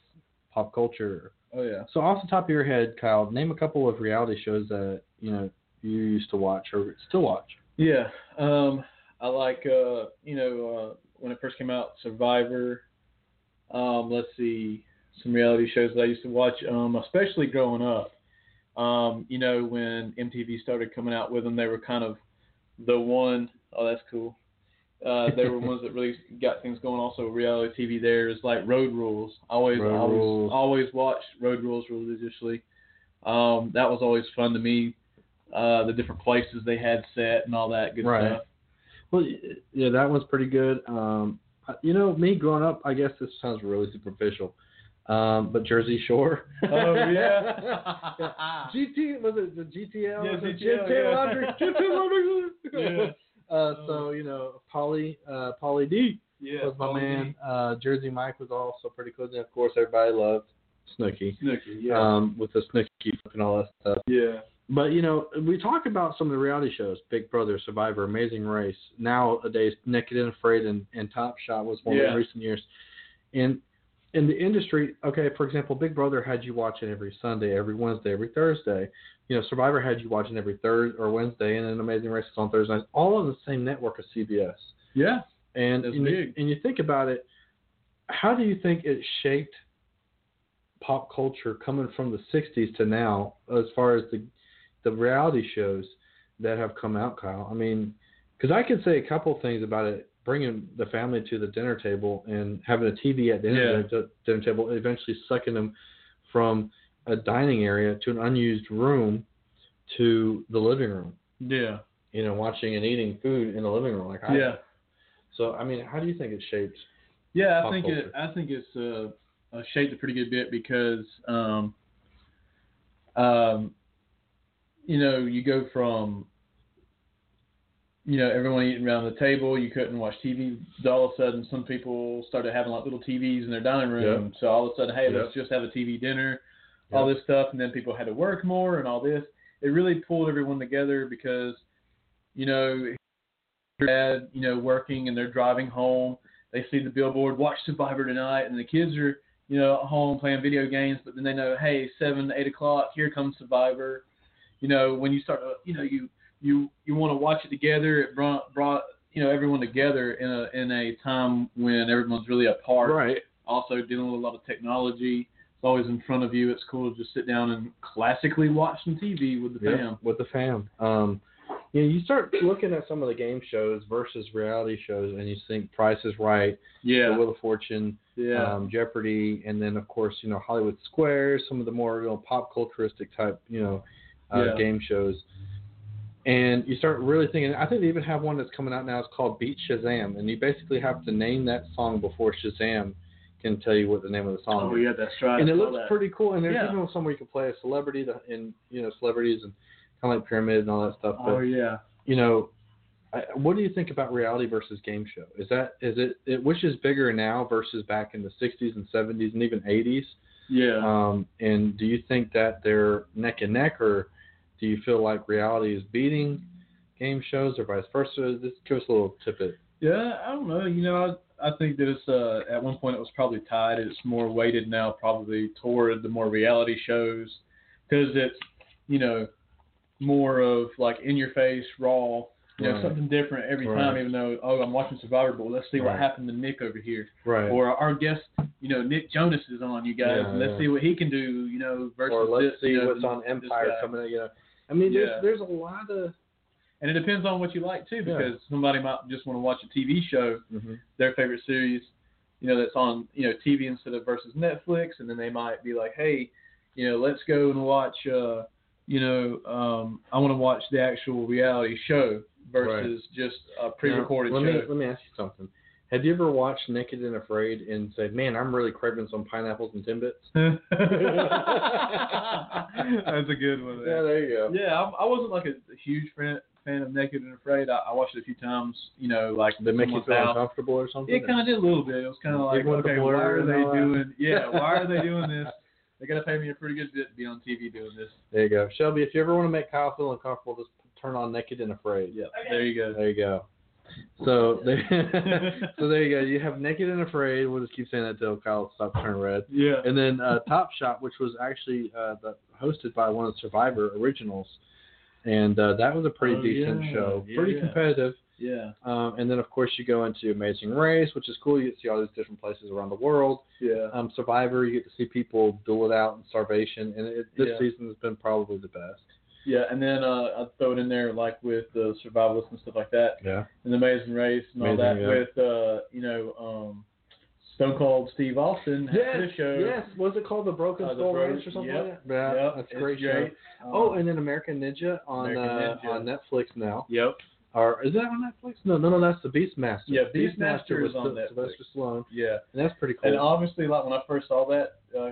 pop culture. Oh yeah. So off the top of your head, Kyle, name a couple of reality shows that you know you used to watch or still watch. Yeah. Um, I like, uh, you know, uh, when it first came out, Survivor. Um, let's see, some reality shows that I used to watch, um, especially growing up. Um, you know, when MTV started coming out with them, they were kind of the one oh that's cool. Uh, they were ones that really got things going. Also, reality TV there is like Road Rules. I Always, Road always, Rules. always watched Road Rules religiously. Um, that was always fun to me. Uh, the different places they had set and all that good Right. stuff. Well, y- yeah, that one's pretty good. Um, I- you know, me growing up, I guess this sounds really superficial, um, but Jersey Shore. Oh yeah. GT was it the GTL? Yeah, was it GTL, GT yeah. Laundry? GT Laundry. Uh, Yeah. so you know, Polly, uh, Polly D yeah. was my Pauly man. Uh, Jersey Mike was also pretty cool. And of course, everybody loved Snooki. Snooki, yeah. Um, with the Snooki and all that stuff. yeah. But you know, we talk about some of the reality shows: Big Brother, Survivor, Amazing Race. Nowadays, Naked and Afraid and, and Top Shot was one Yeah. in recent years. And in the industry, okay, for example, Big Brother had you watching every Sunday, every Wednesday, every Thursday. You know, Survivor had you watching every Thursday or Wednesday, and then Amazing Race was on Thursday nights, all on the same network as CBS. Yeah. And That's and you, big. and you think about it, how do you think it shaped pop culture coming from the '60s to now, as far as the the reality shows that have come out, Kyle? I mean, because I could say a couple things about it, bringing the family to the dinner table and having a TV at the end of the dinner table, and eventually sucking them from a dining area to an unused room to the living room. Yeah. You know, watching and eating food in the living room. Like, I, Yeah. so, I mean, how do you think it shapes? Yeah, I pop think it. culture. I think it's uh, uh, shaped a pretty good bit because, um, um, you know, you go from, you know, everyone eating around the table. You couldn't watch TV. All of a sudden, some people started having like little TVs in their dining room. So all of a sudden, hey, let's just have a TV dinner. All Yep. this stuff, and then people had to work more and all this. It really pulled everyone together because, you know, your dad, you know, working and they're driving home. They see the billboard, watch Survivor tonight, and the kids are, you know, at home playing video games. But then they know, hey, seven, eight o'clock, here comes Survivor. You know, when you start, to, you know, you you you want to watch it together. It brought brought you know everyone together in a in a time when everyone's really apart. Also dealing with a lot of technology. It's always in front of you. It's cool to just sit down and classically watch some TV with the Yeah, fam. with the fam. Um, you know, you start looking at some of the game shows versus reality shows, and you think Price is Right, The Wheel of Fortune, yeah, um, Jeopardy, and then of course you know Hollywood Squares, some of the more you know, pop culturistic type you know uh, Yeah. game shows. And you start really thinking. I think they even have one that's coming out now. It's called Beat Shazam, and you basically have to name that song before Shazam can tell you what the name of the song Oh is yeah, that's right. and I it saw looks that. pretty cool. And there's Yeah. even somewhere you can play a celebrity that, and you know celebrities and kind of like pyramid and all that stuff. But Oh yeah. you know, I, what do you think about reality versus game show? Is that is it, it which is bigger now versus back in the 60s and 70s and even 80s? Yeah. Um, and do you think that they're neck and neck, or do you feel like reality is beating game shows or vice versa? Just give us a little tidbit. Yeah, I don't know. You know, I, I think that it's uh, at one point it was probably tied. It's more weighted now, probably toward the more reality shows, because it's you know more of like in your face, raw. You know, Right. something different every Right. time. Even though, oh, I'm watching Survivor, but let's see what Right. happened to Nick over here, Right. Or, or our guest, you know, Nick Jonas is on. You guys, Yeah, let's yeah. see what he can do. You know, versus let's this, see you know, what's on this Empire guy. coming up. You know, I mean, Yeah. there's there's a lot of And it depends on what you like too, Yeah. because somebody might just want to watch a TV show their favorite series, you know, that's on, you know, TV instead of versus Netflix. And then they might be like, hey, you know, let's go and watch, uh, you know, um, I want to watch the actual reality show versus just a pre recorded Now, show. let Me, let me ask you something. Have you ever watched Naked and Afraid and said, "Man, I'm really craving some pineapples and timbits"? that's a good one. there. there you go. Yeah, I, I wasn't like a, a huge fan, fan of Naked and Afraid. I, I watched it a few times, you know, like They make you someone's feel house. uncomfortable or something. It kind of did a little bit. It was kind of like, Even with the okay, why blur are and they all that. doing? Yeah, why are they doing this? They gotta pay me a pretty good bit to be on TV doing this. There you go, Shelby. If you ever want to make Kyle feel uncomfortable, just turn on Naked and Afraid. Yeah, there you go. There you go. So, there, so there you go. You have Naked and Afraid. We'll just keep saying that till Kyle stops turning red. Yeah, And then uh, Top Shot, which was actually uh, the, hosted by one of the Survivor originals, and uh, that was a pretty Oh, decent yeah. show, Yeah, pretty yeah. competitive. yeah, Um, and then, of course, you go into Amazing Race, which is cool. You get to see all these different places around the world. yeah. Um, Survivor, you get to see people duel it out in starvation. And it, this Yeah. season has been probably the best. Yeah, and then uh, I'd throw it in there like with the survivalists and stuff like that, Yeah. and the Amazing Race and all that Amazing, yeah. with uh, you know um, Stone Cold Steve Austin had Yes. his show. Yes. Was it called the Broken Uh, the Skull Broken- Ranch or something yep, like that? Yeah. yep, that's a it's great, show. great. oh, Um, and then American Ninja on American uh, Ninja. on Netflix now. yep. Or is that on Netflix? No, no, no. That's the Beastmaster. Yeah, Beastmaster Beastmaster was is on Sy- Sylvester Stallone, Yeah, and that's pretty and cool. obviously like when I first saw that uh,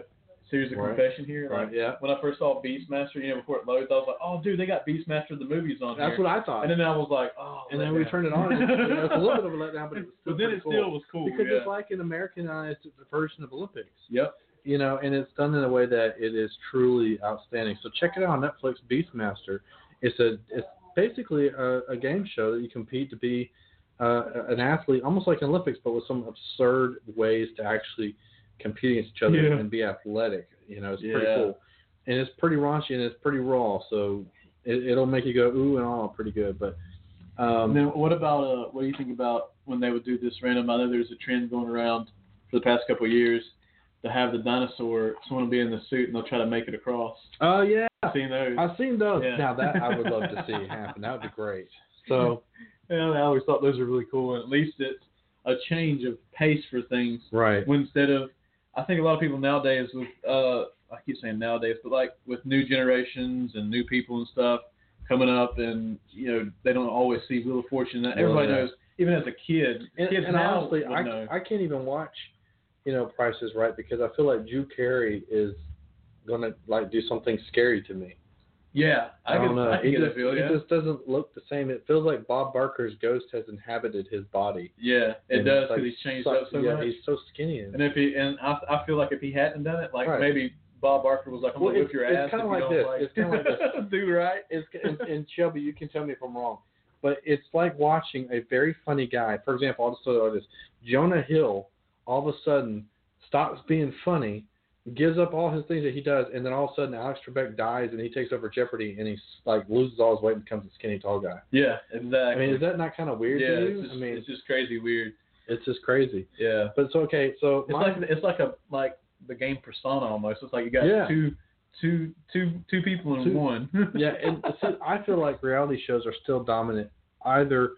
series of Right. confession here, like Right, yeah. when I first saw Beastmaster, you know, before it loads, I was like, oh, dude, they got Beastmaster the movies on That's here. what I thought. and then I was like, oh. And then we letdown. turned it on. And it was a little bit of a letdown, but it was still But then pretty it cool. still was cool. because yeah. it's like an Americanized version of Olympics. yep. You know, and it's done in a way that it is truly outstanding. So check it out on Netflix. Beastmaster. It's a it's basically a, a game show that you compete to be uh, an athlete, almost like an Olympics, but with some absurd ways to actually compete against each other Yeah. and be athletic. You know, it's pretty Yeah. cool, and it's pretty raunchy and it's pretty raw. So it, it'll make you go ooh and all pretty good. But um, And then what about uh, what do you think about when they would do this random? I know there's a trend going around for the past couple of years to have the dinosaur, someone will be in the suit and they'll try to make it across. oh yeah, I've seen those. I've seen those. Yeah. Now that I would love to see happen. That would be great. So Yeah, I always thought those were really cool. And at least it's a change of pace for things. right, When instead of, I think a lot of people nowadays with, uh, I keep saying nowadays, but like with new generations and new people and stuff coming up, and you know they don't always see Wheel of Fortune. That Well, everybody yeah. knows, even as a kid, and, kids and now honestly, would I know. I can't even watch, you know, Prices Right because I feel like Drew Carey is gonna like do something scary to me. yeah, I, don't can, know. I can it, get just, a feel, it yeah. just doesn't look the same. It feels like Bob Barker's ghost has inhabited his body. yeah, it And does it's like because he's changed sucked- up so yeah, much. he's so skinny. And, And if he and I, I feel like if he hadn't done it, like Right. maybe Bob Barker was like, "I'm Well, gonna it's- whip your it's ass." kinda if you like don't this. Like, It's kinda like this. do right. it's and, and Shelby, you can tell me if I'm wrong, but it's like watching a very funny guy. For example, I'll just throw out this: Jonah Hill all of a sudden stops being funny, gives up all his things that he does, and then all of a sudden Alex Trebek dies and he takes over Jeopardy and he like loses all his weight and becomes a skinny tall guy. Yeah, exactly. I mean, is that not kind of weird yeah, to you? It's just, I mean, it's just crazy weird. it's just crazy. Yeah, But it's okay. So it's my, like it's like a like the game persona almost. It's like you got Yeah. two two two two people in Two- one. yeah, and see, I feel like reality shows are still dominant either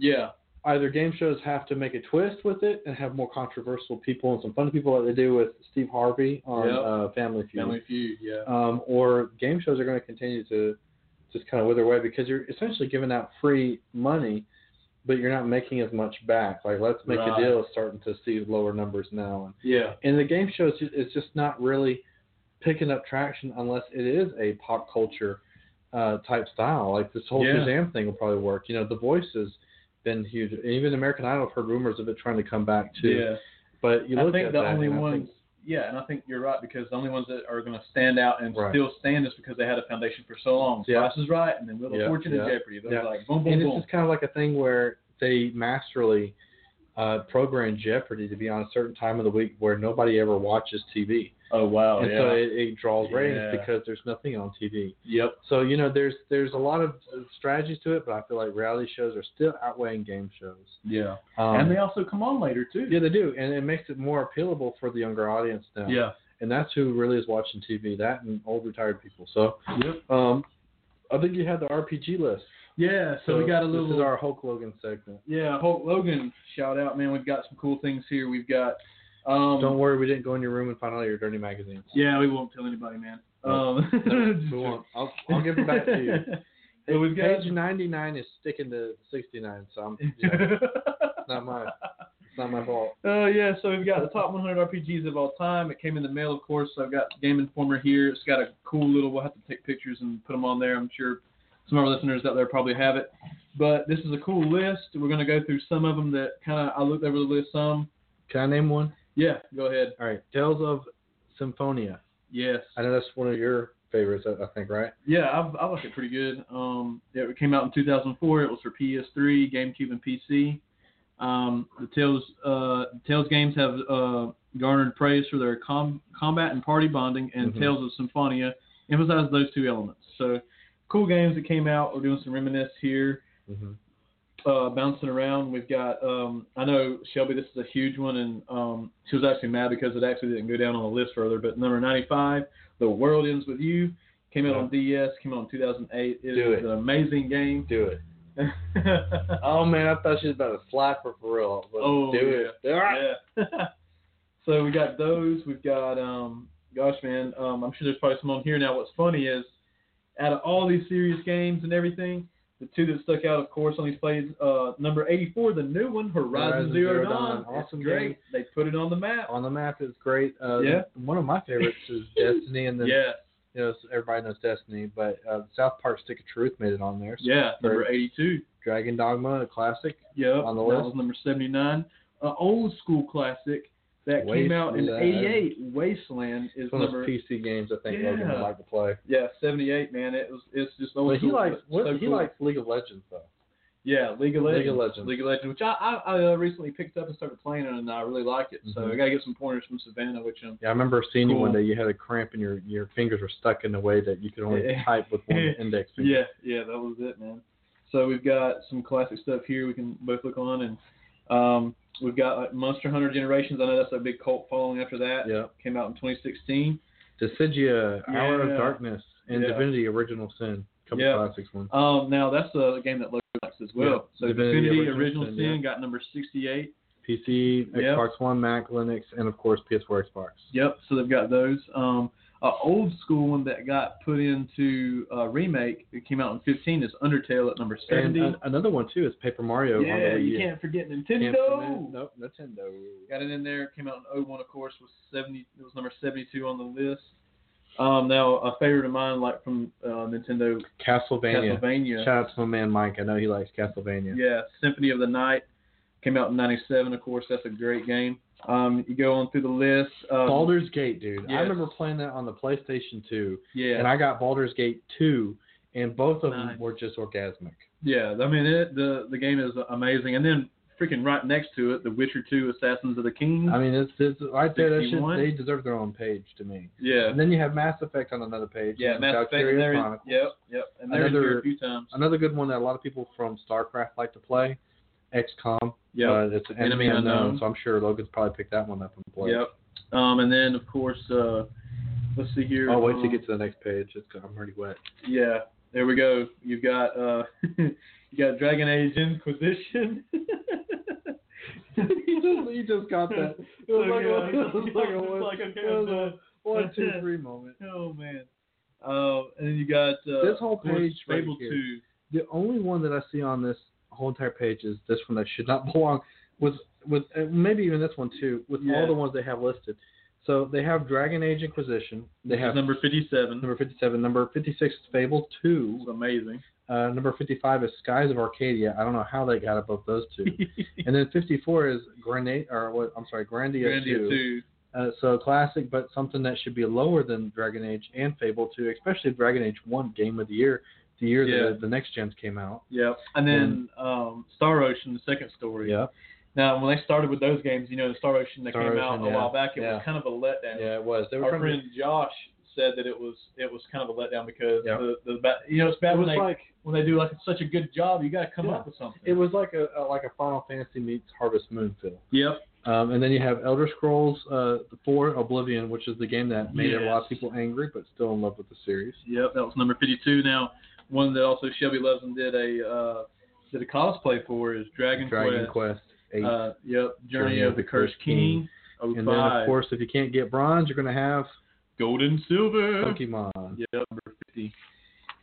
yeah, either game shows have to make a twist with it and have more controversial people and some funny people like they do with Steve Harvey on Yep. uh, Family Feud, Family Feud, yeah. Um, or game shows are going to continue to just kind of wither away because you're essentially giving out free money, but you're not making as much back. Like let's make Right. a deal is starting to see lower numbers now, and Yeah. and the game show is just, it's just not really picking up traction unless it is a pop culture uh, type style. Like this whole Yeah. Shazam thing will probably work. You know, The Voice has been huge. And even American Idol, I've heard rumors of it trying to come back too. Yeah. But you look I think at the that, only and I ones, think- yeah, and I think you're right because the only ones that are going to stand out and Right. still stand is because they had a foundation for so long. Yeah. Price is Right, and then Little Yeah, Fortune and yeah, Jeopardy. They're yeah. like boom, boom, and boom. it's just kind of like a thing where they masterly uh, program Jeopardy to be on a certain time of the week where nobody ever watches TV, oh wow, and yeah, so it, it draws ratings Yeah. because there's nothing on TV. yep, So you know, there's there's a lot of strategies to it, but I feel like reality shows are still outweighing game shows. yeah. Um, and they also come on later too. yeah, they do, and it makes it more appealable for the younger audience now. yeah, and that's who really is watching TV. That and old retired people. So, yep. um, I think you had the RPG list. yeah. So, we got a This little is our Hulk Logan segment. yeah. Hulk Logan shout out, man. We've got some cool things here. We've got um, Don't worry, we didn't go in your room and find all your dirty magazines. yeah, we won't tell anybody, man. No. Um, No, just we won't. I'll, joking. I'll give them back to you. So we've got- Page 99 is sticking to 69, so I'm, yeah, it's not my, it's not my fault. Oh yeah, so we've got the top 100 RPGs of all time. It came in the mail, of course. So I've got Game Informer here. It's got a cool little. We'll have to take pictures and put them on there. I'm sure some of our listeners out there probably have it. But this is a cool list. We're going to go through some of them that kind of I looked over the list. Some, Can I name one? yeah, go ahead. All right, Tales of Symphonia. Yes, I know that's one of your favorites, I, I think, right? yeah, I, I like it pretty good. Um, it came out in 2004. It was for PS3, GameCube, and PC. Um, the Tales uh, Tales games have uh, garnered praise for their com- combat and party bonding, and Mhm. Tales of Symphonia emphasizes those two elements. So, cool games that came out. We're doing some reminisce here, Mm-hmm. uh, bouncing around. We've got um, I know Shelby. This is a huge one, and um, she was actually mad because it actually didn't go down on the list further. But number 95, The World Ends with You, came out Yeah. on DS. Came out in 2008. It is Do it. an amazing game. Do it. yeah. Oh man, I thought she was about to slap her for real. But Oh, do it. All right. so we got those. We've got um, gosh man, um, I'm sure there's probably some on here now. What's funny is out of all these serious games and everything, the two that stuck out, of course, on these plays, uh, number 84, the new one, Horizon, Horizon Zero, Zero Dawn. Dawn. It's Awesome great. game. They put it on the map. On the map is great. Uh, Yeah. One of my favorites is Destiny, and then yeah, you know everybody knows Destiny, but uh, South Park Stick of Truth made it on there. So yeah, number 82. Dragon Dogma, a classic. Yep, On the that list. was number 79. An old school classic that came out in Wasteland. 88, Wasteland, is It's one of number those PC games I think Logan would Yeah. like to play. Yeah, seventy eight, man. It was it's just old. But he school, likes but what, so he cool. likes League of Legends though. yeah, League of Legends. League of Legends. League of Legends, which I I, I uh, recently picked up and started playing it, and I really like it. So Mhm. I gotta get some pointers from Savannah, which um Yeah, I remember seeing you one Cool. day. You had a cramp and your your fingers were stuck in a way that you could only Yeah. type with one index finger. yeah yeah that was it, man. So we've got some classic stuff here we can both look on, and um we've got like Monster Hunter Generations. I know that's a big cult following after that. Yeah. Came out in 2016. Dissidia, Hour Yeah. of Darkness, and Yeah. Divinity: Original Sin. Couple Yeah. classics ones. Um, now that's a game that Logan likes as well. Yeah, So Divinity Divinity, Original Original Sin, Sin yeah. got number 68. PC, Yeah. Xbox One, Mac, Linux, and of course PS4, Xbox. Yep. So they've got those. Um, an old school one that got put into a remake. It came out in 15. Is Undertale at number 70. And uh, another one too is Paper Mario. on the yeah, Wii U. you can't forget Can't Nintendo. forget- Nope, Nintendo. Got it in there. Came out in 01, of course, was 70. It was number 72 on the list. Um, now a favorite of mine, like from uh, Nintendo, Castlevania. Castlevania. Shout out to my man Mike. I know he likes Castlevania. Yeah, Symphony of the Night came out in '97. Of course, that's a great game. Um, you go on through the list. Um, Baldur's Gate, dude. I Yes. remember playing that on the PlayStation 2, Yeah. and I got Baldur's Gate 2, and both of Nice. them were just orgasmic. Yeah, I mean it, the the game is amazing, and then freaking right next to it, The Witcher Two: Assassins of the King. I mean, it's, it's right there. That should, 61? they deserve their own page to me. yeah, And then you have Mass Effect on another page. yeah, and Mass Effect. Valkyria and There is, Chronicles. yep, yep, and there's Another- uh, here a few times. Another good one that a lot of people from StarCraft like to play, XCOM. Yep, Uh, it's an enemy, Enemy unknown, Unknown. so I'm sure Logan's probably picked that one up and played. yep. Um, and then of course, uh, let's see here. I'll Oh, wait um, till you get to the next page. It's, I'm already wet. Yeah, There we go. You've got uh, you got Dragon Age Inquisition. he just he just got that. It was So, like, yeah, a, it was he's like a just one, like, it okay, was I'm done. a one, two, three moment. oh man. Um, and then you got uh, This whole of course, page right Fable here. Two. The only one that I see on this whole entire page is this one that should not belong. With with uh, maybe even this one too. With Yeah. all the ones they have listed, so they have Dragon Age Inquisition. They This is have number fifty-seven. number fifty-seven, number fifty-six is Fable This Two, is amazing. uh, number fifty-five is Skies of Arcadia. I don't know how they got above those two. and then fifty-four is Grenade or what? I'm sorry, Grandia, Grandia Two. Uh, so classic, but something that should be lower than Dragon Age and Fable 2, especially Dragon Age 1 game of the year, the year Yeah. that the next gens came out. Yeah. And then um, Star Ocean, the second Mm. story. Yeah, Now, when they started with those games, you know, the Star Ocean that Star came out Ocean, a while yeah, back, it was yeah. kind of a letdown. yeah, it was. They were Our trying friend Josh said that it was it was kind of a letdown because Yeah. the the ba- you know it's to. bad It when was they like when they do like such a good job, you got to come Yeah. up with something. it was like a, a like a Final Fantasy meets Harvest Moon feel. Yep. Um, and then you have Elder Scrolls uh, 4 Oblivion, which is the game that made a lot Yes. of people angry, but still in love with the series. Yep. That was number fifty-two. Now, one that also Shelby Levin did a uh, did a cosplay for is Dragon, Dragon Quest. Quest, 8. Uh, yep. Journey, of the Cursed King. Oh five. and then, of course, if you can't get bronze, you're going to have Gold and Silver. Pokemon. Yep. Number fifty.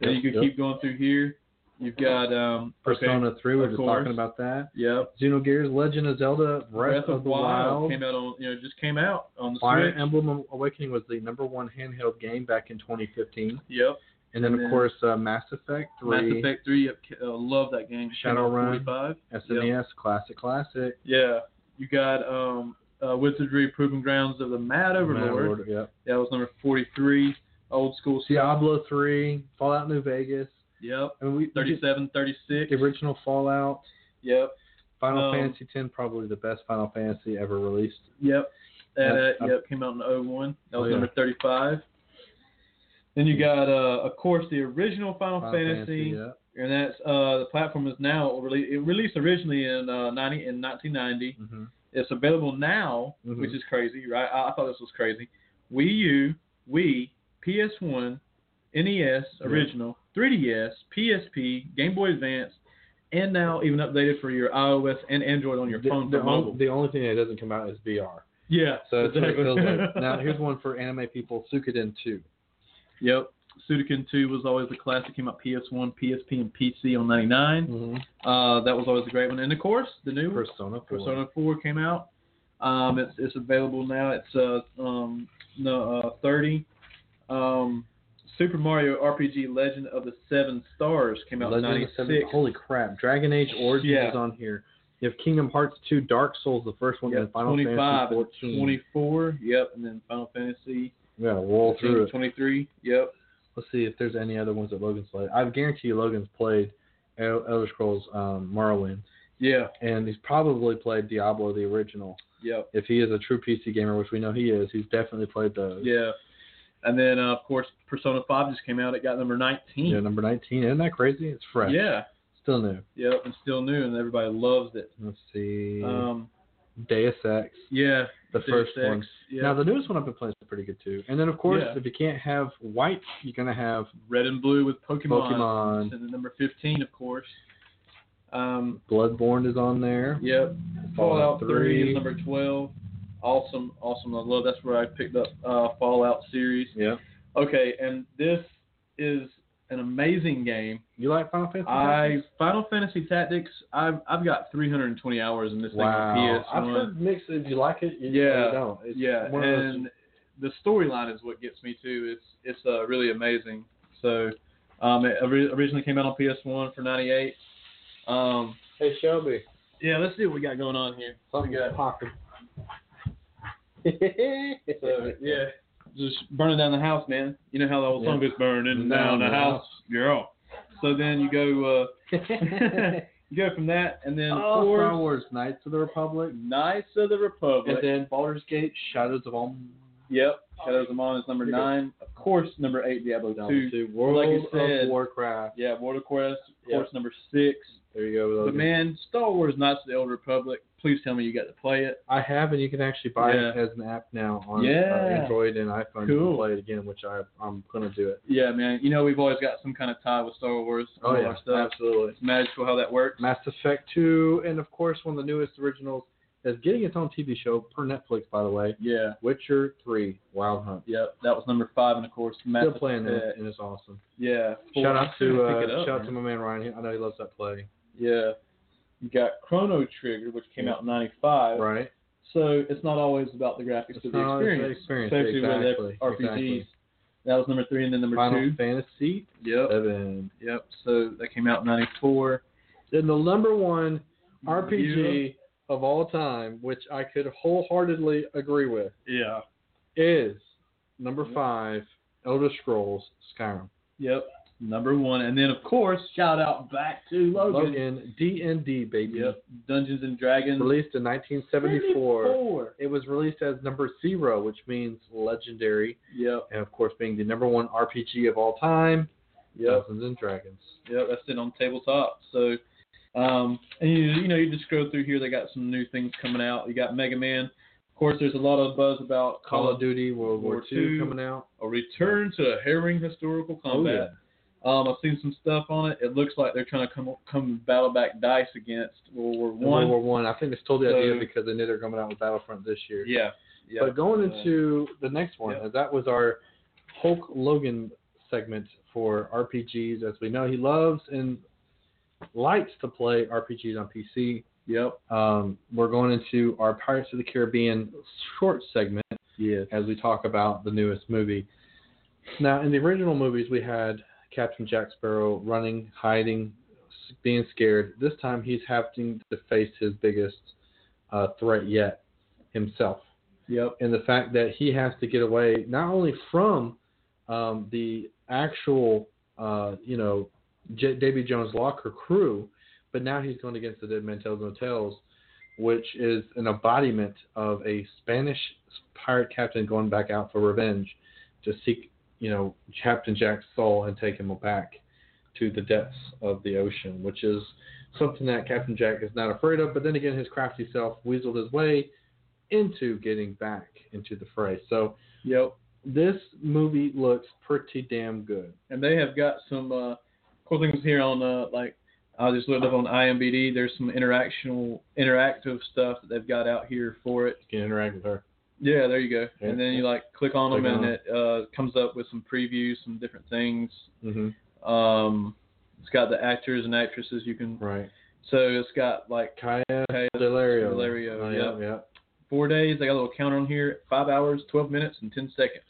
Then Yep, you can yep. keep going through here. You've got um Okay. Persona 3, we were of just course. talking about that. Yep. Xenogears, Legend of Zelda, Breath, of, the Wild. came out on you know just came out on the Fire Switch. Emblem Awakening was the number one handheld game back in 2015. Yep. And then, And then- of course, uh, Mass Effect 3, Mass Effect three. Yep. Uh, love that game. Shadowrun. Forty-five. SNES, E Classic Classic. Yeah. You got um uh, Wizardry Proven Grounds of the Mad Overlord. Mad Overlord, yep. That was number forty-three. Old school. Diablo 3, Fallout New Vegas. Yep. I mean, we, the 37, 36. original Fallout, Yep. Final Um, Fantasy 10, probably the best Final Fantasy ever released. Yep. And, That's- uh, yep, came out in 01. That Oh, was yeah. number 35. Then you got, uh, of course, the original Final, Final Fantasy, yeah. and that's uh, the platform is now really it released originally in uh, 90 in 1990. hmm It's available now, Mhm. which is crazy, right? I, I thought this was crazy. Wii U, Wii, PS1, NES Yeah. E original, 3DS, PSP, Game Boy Advance, and now even updated for your iOS and Android on your the, phone the for on- mobile. the only thing that doesn't come out is VR. yeah, So that's what it exactly. feels like. Now, here's one for anime people Suikoden 2. Yep. Suikoden 2 was always the classic. Came out PS1, PSP, and PC on 99. Mm-hmm. Uh, that was always a great one. And of course, the new one, Persona 4. Persona 4 came out. Um, it's it's available now. It's uh um no uh 30. Um, Super Mario RPG Legend of the Seven Stars came out in Legend of the Seven- 96. Holy crap! Dragon Age Origins Yeah. is on here. You have Kingdom Hearts 2, Dark Souls, the first one, Yep, and Final 25 Fantasy and 14. 24. Yep, and then Final Fantasy Yeah, roll through it. 23. Yep. Let's see if there's any other ones that Logan's played. I guarantee you Logan's played El- Elder Scrolls um, Morrowind, Yeah. and he's probably played Diablo the original. Yep. If he is a true PC gamer, which we know he is, he's definitely played those. Yeah. And then uh, of course Persona 5 just came out. It got number 19. Yeah, number 19. Isn't that crazy? It's fresh. Yeah. Still new. Yep. And still new, and everybody loves it. Let's see. Um, Deus Ex, yeah. the Deus first Ex, one. Yeah. Now the newest one I've been playing is pretty good too. And then of course, Yeah. if you can't have white, you're gonna have Red and blue with Pokemon. Pokemon. And then number 15, of course. Um, Bloodborne is on there. yep. Fallout Fallout 3 3. is number 12. Awesome, awesome. I love. That's where I picked up uh, Fallout series. Yeah. Okay, and this is an amazing game. You like Final Fantasy? I Final Fantasy Tactics. I've I've got 320 hours in this wow. thing on PS1. I've heard mixed. If you like it, you, Yeah. you don't. It's yeah, one of those- and the storyline is what gets me too. It's it's uh, really amazing. So, um, it ori- originally came out on PS1 for '98. Um, hey Shelby, yeah, let's see what we got going on here. something's got- popping. So yeah, just burning down the house, man. You know how the old Yeah. song goes, burning down, the house, yeah. So then you go uh, you go from that, and then oh, four Star Wars: Knights of the Republic, Knights of the Republic. and then Baldur's Gate: Shadows of All. Yep. Shadows of Mana is number nine. Of course, number eight, Diablo Number two. two, World Like you said. of Warcraft. Yeah, World of Quest. Of Yep. course, number six. There you go. But Logan. man, Star Wars: Knights of the Old Republic. Please tell me you got to play it. I have, and you can actually buy it Yeah. as an app now on uh, Yeah. Android and iPhone. You can Cool. play it again, which I, I'm going to do it. Yeah, man. You know we've always got some kind of tie with Star Wars. and all our stuff. Oh, absolutely. It's magical how that works. Mass Effect 2, and of course, one of the newest originals is getting its own TV show per Netflix, by the way. Yeah. Witcher 3, Wild Hunt. Yep. That was number five, and of course, Mass Still playing Effect. it, and it's awesome. Yeah. Shout out to Pick uh, it up, shout out man. to my man Ryan. He- I know he loves that play, Yeah. You got Chrono Trigger, which came Yeah. out in '95. right? So it's not always about the graphics, It's but not always the experience, about experience, especially exactly, with RPGs. exactly. That was number three, and then number Final two. Fantasy Yep. Seven, Yep. So that came out in '94. then the number one RPG of all time, which I could wholeheartedly agree with, Yeah. is number Yeah. five, Elder Scrolls Skyrim. Yep. Number one, and then of course, shout out back to Logan. Logan D and D baby, Oh, Yep. Dungeons and Dragons. released in 1974. 74. It was released as number zero, which means legendary, Yep. and of course, being the number one RPG of all time, Yep. Dungeons and Dragons. Yep. That's it on tabletop. So. Um, and you, you know, you just scroll through here. They got some new things coming out. You got Mega Man. Of course, there's a lot of buzz about Call of Duty World War War II II. coming out. a return to a harrowing historical Oh, combat. Um, I've seen some stuff on it. It looks like they're trying to come come battle back dice against World War And One. World War One. I. think they stole the idea So- because they knew they're coming out with Battlefront this year. Yeah, yeah. But going into the next one, Yeah. as that was our Hulk Logan segment for RPGs. As we know, he loves and likes to play RPGs on PC. yep, Um, we're going into our Pirates of the Caribbean short segment yes, as we talk about the newest movie. Now, in the original movies, we had Captain Jack Sparrow running, hiding, s- being scared. This time, he's having to face his biggest uh, threat yet himself yep, and the fact that he has to get away not only from um, the actual, uh, you know, J- Davy Jones Locker crew, but now he's going against the Dead Man Tales No Tales, which is an embodiment of a Spanish pirate captain going back out for revenge to seek, you know, Captain Jack's soul and take him back to the depths of the ocean, which is something that Captain Jack is not afraid of. But then again, his crafty self weaseled his way into getting back into the fray. So yep. this movie looks pretty damn good. And they have got some uh, cool things here on uh, like I just looked up on IMDb. There's some interactional, interactive stuff that they've got out here for it. You can interact with her. Yeah, there you go. Yeah, and then you yeah. like click on them, Click on and 'em. it uh, comes up with some previews, some different things. Mm-hmm. Um, it's got the actors and actresses you can. Right. So it's got like Kaya Kaya Delario. Delario, Oh, yep. yeah, yeah. four days. They got a little counter on here. Five hours, twelve minutes, and ten seconds.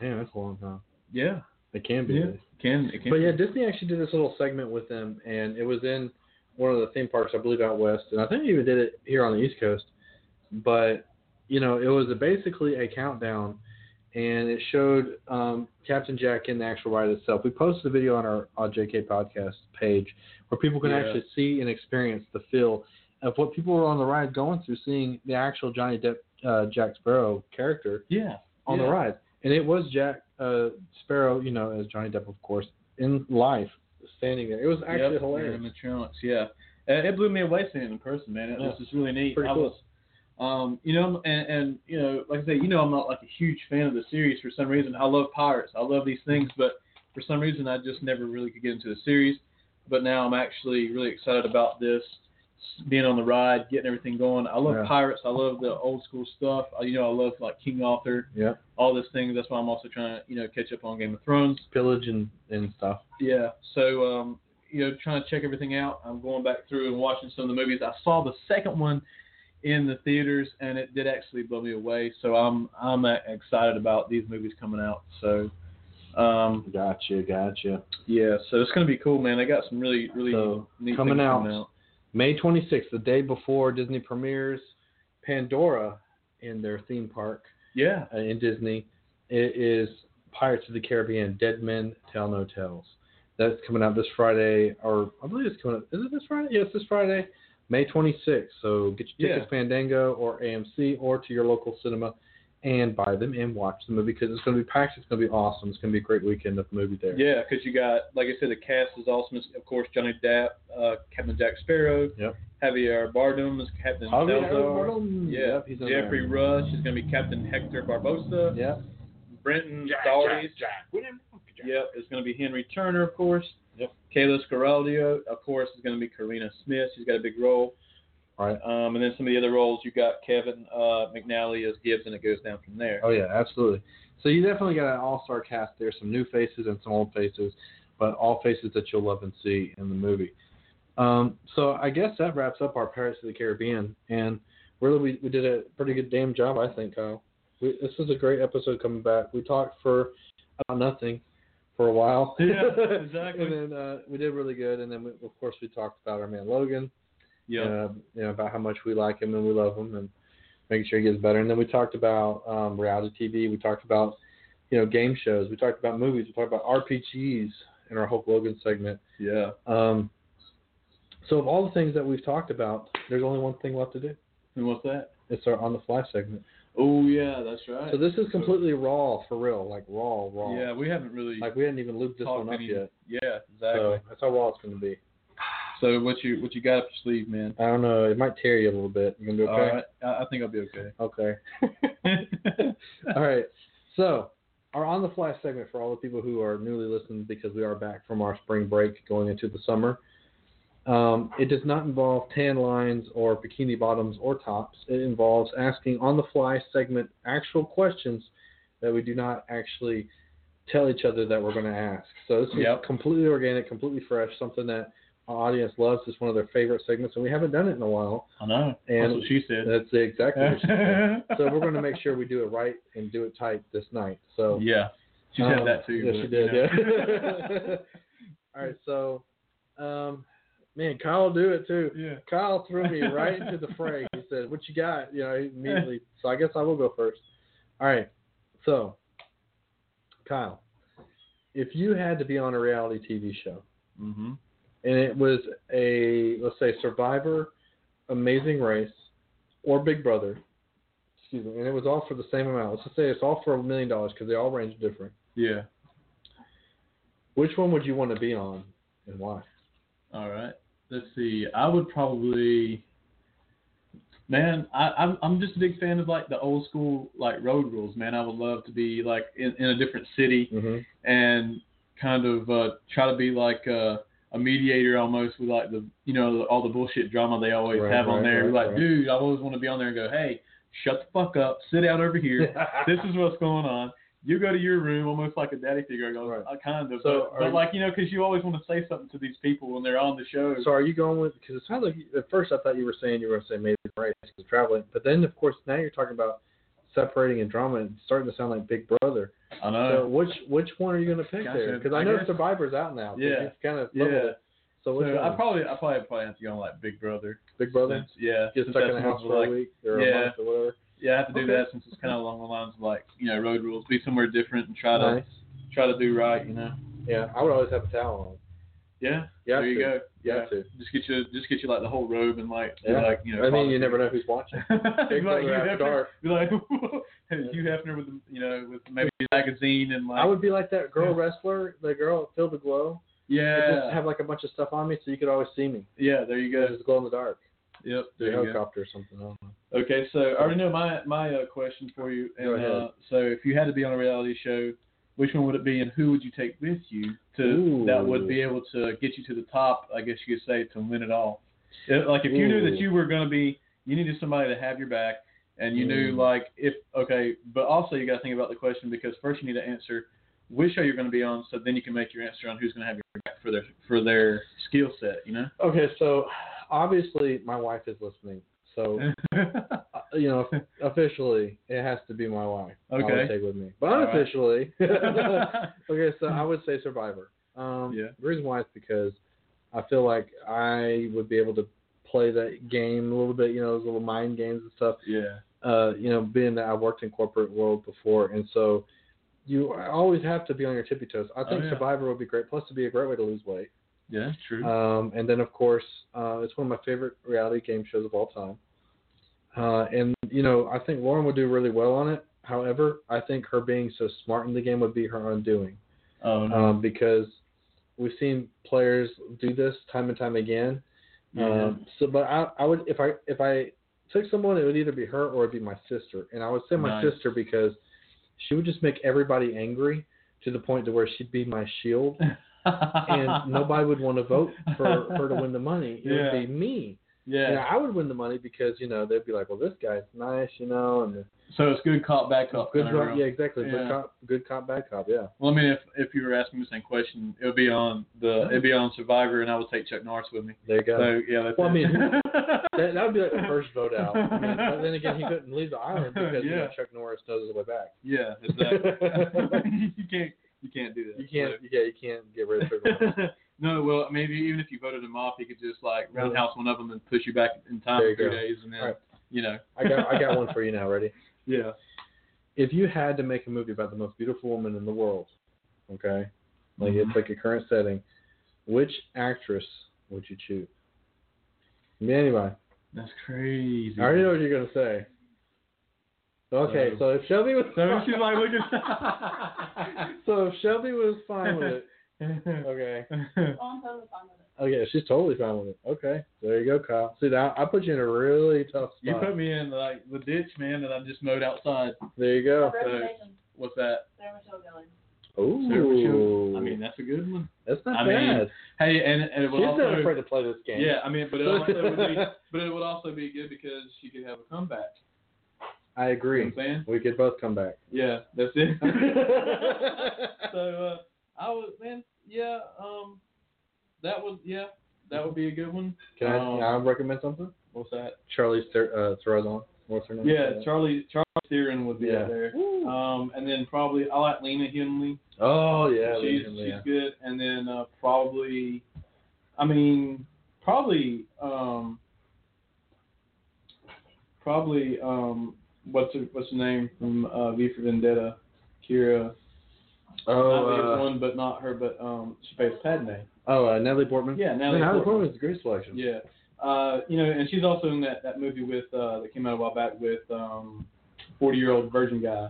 Damn, that's a long time. Yeah, It can be. yeah. Can it can. But yeah, Disney actually did this little segment with them, and it was in one of the theme parks, I believe, out west, and I think they even did it here on the East Coast. But you know, it was basically a countdown, and it showed um, Captain Jack in the actual ride itself. We posted a video on our, our JK podcast page where people can Yeah. actually see and experience the feel of what people were on the ride going through, seeing the actual Johnny Depp uh, Jack Sparrow character yeah, on the Yeah. ride. And it was Jack uh, Sparrow, you know, as Johnny Depp, of course, in life, standing there. It was actually Yep, hilarious. animatronics, yeah. Uh, It blew me away seeing it in person, man. It Yeah. was just really neat. Pretty I cool. was, um, you know, and, and you know, like I say, you know, I'm not like a huge fan of the series for some reason. I love pirates, I love these things, but for some reason, I just never really could get into the series. But now I'm actually really excited about this, s- being on the ride, getting everything going. I love Yeah. pirates. I love the old school stuff. I, you know, I love like King Arthur, Yeah, all those things. That's why I'm also trying to, you know, catch up on Game of Thrones. pillage and, and stuff. Yeah. So, um, you know, trying to check everything out. I'm going back through and watching some of the movies. I saw the second one in the theaters, and it did actually blow me away. So I'm I'm uh, excited about these movies coming out. So, um, Gotcha, gotcha. yeah. So it's gonna be cool, man. I got some really really So, neat coming things out. coming out. May 26th, the day before Disney premieres Pandora in their theme park Yeah. uh, in Disney. It is Pirates of the Caribbean, Dead Men Tell No Tales. That's coming out this Friday, or I believe it's coming up. Is it this Friday? Yes, this Friday, May 26th. So get your tickets, Fandango or AMC, or to your local cinema and buy them and watch the movie because it's going to be packed. It's going to be awesome. It's going to be a great weekend of movie there. Yeah, because you got, like I said, the cast is awesome. It's, of course, Johnny Depp, uh, Captain Jack Sparrow, Yep. Javier Bardem is Captain Javier Salazar. Bardem. Yeah, Yep, he's in Jeffrey there. Rush is going to be Captain Hector Barbosa. Yeah. Brenton Daugherty. Yep, it's going to be Henry Turner, of course. Yep. Kayla Scaraldio, of course, is going to be Karina Smith. She's got a big role. All right. Um, and then some of the other roles you got Kevin uh, McNally as Gibbs, and it goes down from there. Oh yeah, absolutely. So you definitely got an all-star cast there, some new faces and some old faces, but all faces that you'll love and see in the movie. Um, so I guess that wraps up our Pirates of the Caribbean, and really we, we did a pretty good damn job, I think, Kyle. We, this was a great episode coming back. We talked for about nothing for a while. Yeah, exactly. and then uh, we did really good, and then we, of course we talked about our man Logan Yeah. uh, you know, about how much we like him and we love him and making sure he gets better. And then we talked about um, reality TV. We talked about, you know, game shows. We talked about movies. We talked about RPGs in our Hulk Logan segment. Yeah. Um, so of all the things that we've talked about, there's only one thing left to do. And what's that? It's our on the fly segment. Oh, yeah, that's right. So this is completely raw for real, like raw, raw. Yeah, we haven't really Like we hadn't even looped this talked one up any- yet. Yeah, So exactly. that's how raw it's going to be. So, what you what you got up your sleeve, man? I don't know. It might tear you a little bit. You gonna be okay? All right, I, I think I'll be okay. Okay. All right. So, our on the fly segment for all the people who are newly listening because we are back from our spring break going into the summer. Um, it does not involve tan lines or bikini bottoms or tops. It involves asking on the fly segment actual questions that we do not actually tell each other that we're going to ask. So, this is Yep. completely organic, completely fresh, something that our audience loves. It's one of their favorite segments, and we haven't done it in a while. I know. And- that's what she said. That's exactly what she said so we're going to make sure we do it right and do it tight this night. So Yeah, she said um, that too. Yes, but, she did. you know. Yeah. All right. So, um, man, Kyle do it too. yeah. Kyle threw me right into the fray. He said, "What you got?" You know, he immediately. So I guess I will go first. All right. So, Kyle, if you had to be on a reality TV show Mm-hmm. and it was a let's say Survivor, Amazing Race, or Big Brother. Excuse me, and it was all for the same amount. Let's just say it's all for a million dollars because they all range different. Yeah. Which one would you want to be on, and why? All right. Let's see. I would probably. Man, I, I'm I'm just a big fan of like the old school like road rules. Man, I would love to be like in, in a different city Mm-hmm. and kind of uh, try to be like uh, a mediator almost with like the you know all the bullshit drama they always Right, have on right, there. right, like, right. dude, I always want to be on there and go, hey, shut the fuck up, sit out over here. this is what's going on. You go to your room almost like a daddy figure, goes, Right. uh, kind of, So but, are but you- like you know, because you always want to say something to these people when they're on the show. so are you going with? Because it sounds like you, at first I thought you were saying you were going to say Amazing Race because traveling, but then of course now you're talking about separating and drama and it's starting to sound like Big Brother. I So know. which which one are you going to pick Gotcha. there? Because I, Uh, I know guess- Survivor's out now. but Yeah. you've Kind of yeah. leveled it. So which So I one? probably I probably probably have to go on like Big Brother. Big Brother. Since- yeah. get since stuck in that's the more house of, for like- a week or yeah. a month or whatever. Yeah, I have to do Okay. that since it's kind of along the lines of like you know road rules. Be somewhere different and try to Nice. try to do right. You know. Yeah, I would always have a towel Yeah. You have there you to. go. You yeah. have to. Just get you just get you like the whole robe and like be Yeah. like you know. on. I mean, you never know who's watching. be Big Brother like Hugh after Hefner, dark. be like Hugh Hefner with the, you know with maybe a magazine and like I would be like that girl Yeah. wrestler, the girl that filled the glow. I yeah Just have like a bunch of stuff on me so you could always see me. yeah there you Yeah. go Just glow in the dark. yep The there you go. helicopter or something. I don't know. Okay, so I already know my my uh, question for you. And, Go ahead. Uh, so if you had to be on a reality show, which one would it be, and who would you take with you to Ooh. that would be able to get you to the top? I guess you could say to win it all. If- like if you knew that Ooh. you were going to be, you needed somebody to have your back, and you knew Mm. like if okay, but also you got to think about the question because first you need to answer which show you're going to be on, so then you can make your answer on who's going to have your back for their for their skill set. You know. Okay, so obviously my wife is listening. So, uh, you know, officially, it has to be my wife. I would Okay. take with me. But All right. unofficially, Okay, so I would say Survivor. Um, Hmm. Yeah. The reason why is because I feel like I would be able to play that game a little bit, you know, those little mind games and stuff. yeah. Uh, you know, being that I worked in corporate world before, and so you always have to be on your tippy toes. I think Oh, yeah. Mm-hmm. Survivor would be great. Plus, it'd be a great way to lose weight. Yeah. True. Um, and then, of course, uh, it's one of my favorite reality game shows of all time. Uh, and you know, I think Lauren would do really well on it. However, I think her being so smart in the game would be her undoing Oh, no. um, because we've seen players do this time and time again. Yeah. Um, so, but I, I would if I if I took someone, it would either be her or it'd be my sister, and I would say my Nice. sister because she would just make everybody angry to the point to where she'd be my shield, and nobody would want to vote for her to win the money. It Yeah. would be me, and Yeah. I would win the money because you know they'd be like, well, this guy's nice, you know, and So it's good cop back up. good, kind of cop, real. yeah, exactly, Yeah. good cop, good cop, bad cop, yeah. Well, I mean, if if you were asking me the same question, it would be on the it'd be on Survivor, and I would take Chuck Norris with me. There you go. So yeah, that's Well, I it. mean, That, that would be like the first vote out. I mean, but then again, he couldn't leave the island because you know, Yeah. Chuck Norris knows his way back. yeah, exactly. you can't you can't do that. You can't, yeah, you can't get rid of Chuck Norris. So- no, well, maybe even if you voted him off, he could just like roundhouse one of them and push you back in time There for you three go. days, and then All right. you know. I got, I got one for you now. Ready? Yeah. If you had to make a movie about the most beautiful woman in the world, okay, like it's like a current setting, which actress would you choose? Me anyway. That's crazy. I already know what you're gonna say. Okay, So- so if Shelby was So fine, she's like, look at. so if Shelby was fine with it, okay. Oh, I'm totally fine with it. Oh yeah, she's totally fine with it. Okay, there you go, Kyle. See that I put you in a really tough spot. you put me in like the ditch, man, that I just mowed outside. there you go. Reputation. What's that? Sarah Michelle Gellar. Sarah Ooh, Michelle. I mean, that's a good one. that's not I mean, bad. Hey, and, and it would she's also not afraid to play this game. yeah, I mean, but it also would be, but it would also be good because she could have a comeback. I You know agree. what I'm saying? We could both come back. Yeah, that's it. okay, so uh, I would, man, yeah, um, that would, yeah, that would be a good one. can I, Um, can I recommend something? What's that? Charlie Ster- uh, Theron. What's her name? Yeah, Charlie Charlie Theron would be Yeah. up there. Um, and then probably I like Lena Headey. Oh yeah, she's Lincoln, she's yeah. good. And then uh, probably, I mean, probably um, probably um, what's her what's her name from uh, V for Vendetta, Kira. not Oh, the uh, one, but not her, but um, she plays Padme. oh, uh, Natalie Portman. Yeah, Natalie, Natalie. Portman. Portman. is a great selection. Yeah. Uh, you know, and she's also in that, that movie with uh, that came out a while back with um, forty year old virgin guy.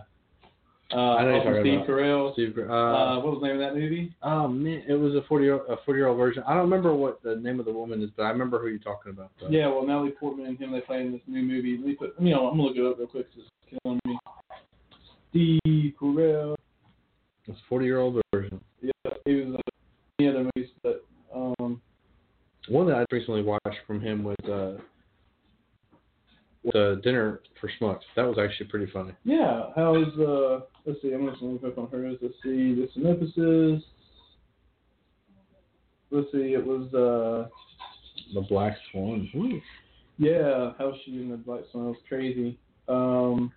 Uh, I know you're also talking Steve about. Carell. Steve, Gr- uh, uh, what was the name of that movie? Oh man, it was a forty year a forty year old version. I don't remember what the name of the woman is, but I remember who you're talking about. Though. Yeah, well, Natalie Portman and him they play in this new movie. Let me put, you know, I'm gonna look it up real quick. 'cause It's killing me. Steve Carell. it's forty year old version. Yeah, he was in many other movies, but um, One that I recently watched from him was uh, was, uh dinner for schmucks. That was actually pretty funny. yeah. How is uh? Let's see. I'm just gonna click on hers. Let's see the synopsis. Let's see. It was uh. The Black Swan. Ooh. Yeah, how she in the black swan was crazy. Um,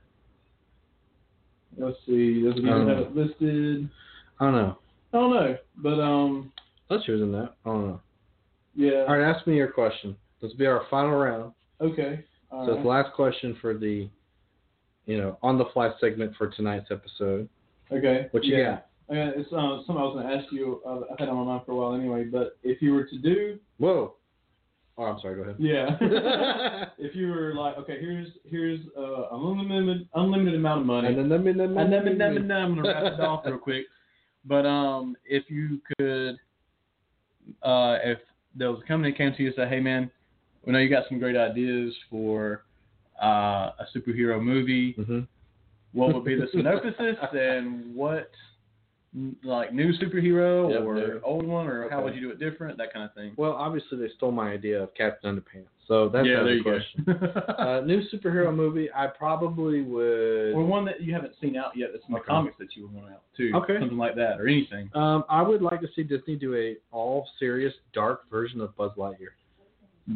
let's see, does it even Um, have it listed? I don't know. I don't know, but um, Unless she was in that. I don't know. yeah. All right, ask me your question. This will be our final round. Okay. All so it's right. last question for the, you know, on the fly segment for tonight's episode. Okay. What you yeah. Okay, it's um, something I was gonna ask you. Uh, I've had it on my mind for a while anyway, but if you were to do, Whoa. Oh, I'm sorry. Go ahead. yeah. if you were like, okay, here's here's uh, an unlimited unlimited amount of money. And then, then, then, then, And then, and then, and then I'm gonna wrap it off real quick. But um, if you could, uh, if there was a company that came to you and said, "Hey, man, we know you got some great ideas for uh, a superhero movie. Mhm. What would be the synopsis, and what, n- like, new superhero Yep, or new. old one, or how Okay. would you do it different? That kind of thing." Well, obviously they stole my idea of Captain Underpants, so that's yeah, out of there the you question. go. uh, new superhero movie, I probably would. or one that you haven't seen out yet that's in the Okay. comics that you would want out too. Okay. Something like that or anything. Um, I would like to see Disney do a all serious dark version of Buzz Lightyear.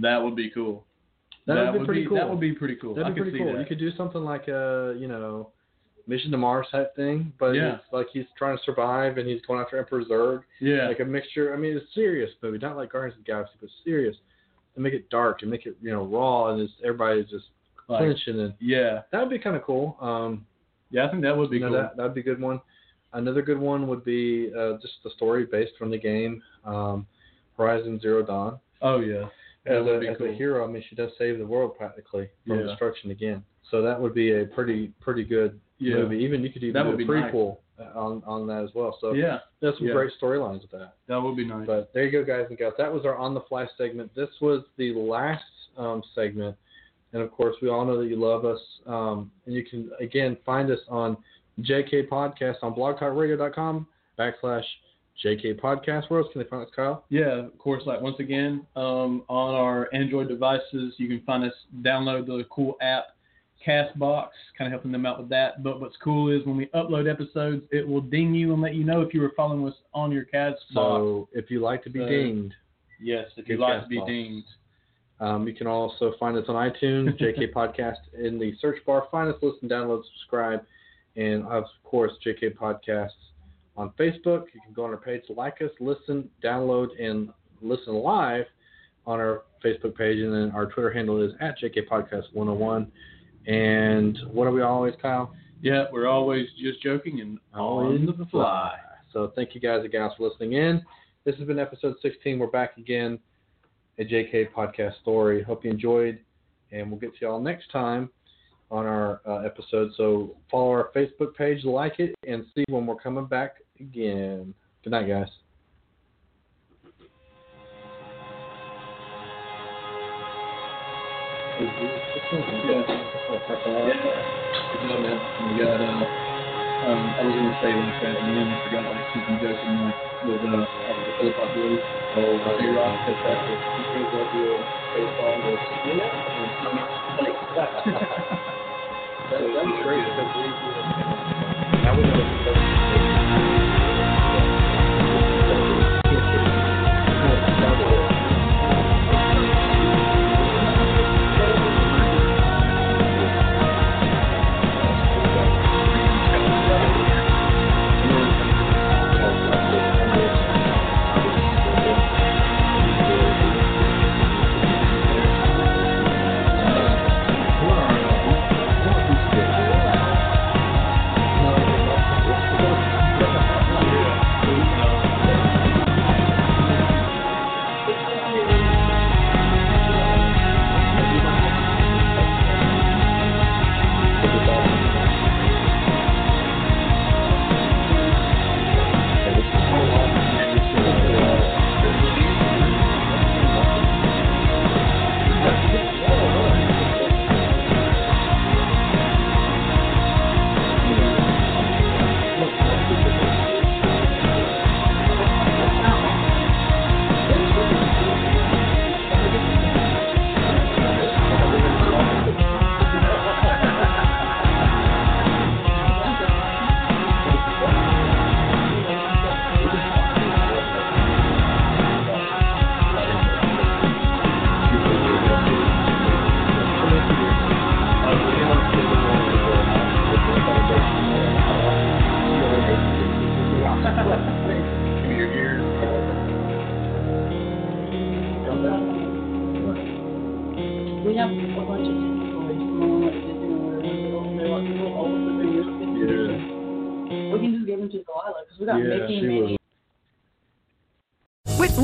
That would be cool. That would be pretty cool. That would be pretty cool. I That'd be could pretty see cool. that. You could do something like a you know, Mission to Mars type thing, but Yeah. it's like he's trying to survive and he's going after Emperor Zurg, yeah. like a mixture. I mean, it's a serious movie, not like Guardians of the Galaxy, but serious. And make it dark and make it you know raw and it's everybody's just Like- clinching and yeah. that would be kind of cool. Um, Yeah, I think that would be you know, cool. that that'd be a good one. Another good one would be uh, just the story based from the game um, Horizon Zero Dawn. Oh yeah. That as, would a, be as cool. a hero, I mean, she does save the world practically from Yeah. destruction again. So that would be a pretty pretty good Yeah. movie. Even you could even That do would a be prequel uh, on on that as well. So yeah, there's some Yeah. great storylines with that. that would be nice. But there you go, guys and gals. That was our on the fly segment. This was the last um, segment, and of course, we all know that you love us. Um, and you can again find us on JK Podcast on blogtalkradio.com backslash JK Podcast. Where else can they find us, Kyle? Yeah, of course. Like once again, um, on our Android devices, you can find us download the cool app, Castbox, kind of helping them out with that. But what's cool is when we upload episodes, it will ding you and let you know if you were following us on your Castbox. So if you like to be So- dinged, yes, if you Good like to be Castbox. dinged. um, you can also find us on iTunes, JK Podcast in the search bar. Find us, listen, download, subscribe, and of course, JK Podcasts on Facebook. You can go on our page, like us, listen, download, and listen live on our Facebook page. And then our Twitter handle is at JK Podcast 101. And what are we always, Kyle? Yeah, we're always just joking and on the fly. So thank you guys and gals for listening in. This has been episode 16. We're back again at JK Podcast Story. Hope you enjoyed, and we'll get to y'all next time on our uh, episode. So follow our Facebook page, like it, and see when we're coming back again. Good night, guys. Good job, man. We got, uh, um, I was gonna say like that, and then I forgot like something joking like with uh, the Philippi Blues. Oh, uh, you rock the fact that you guys love your baseball was That's great. We have a bunch of people like small, like Disneyland, they're like oh, little old souvenirs. We can just give them to Delilah because we got Yeah, Mickey she and Minnie. With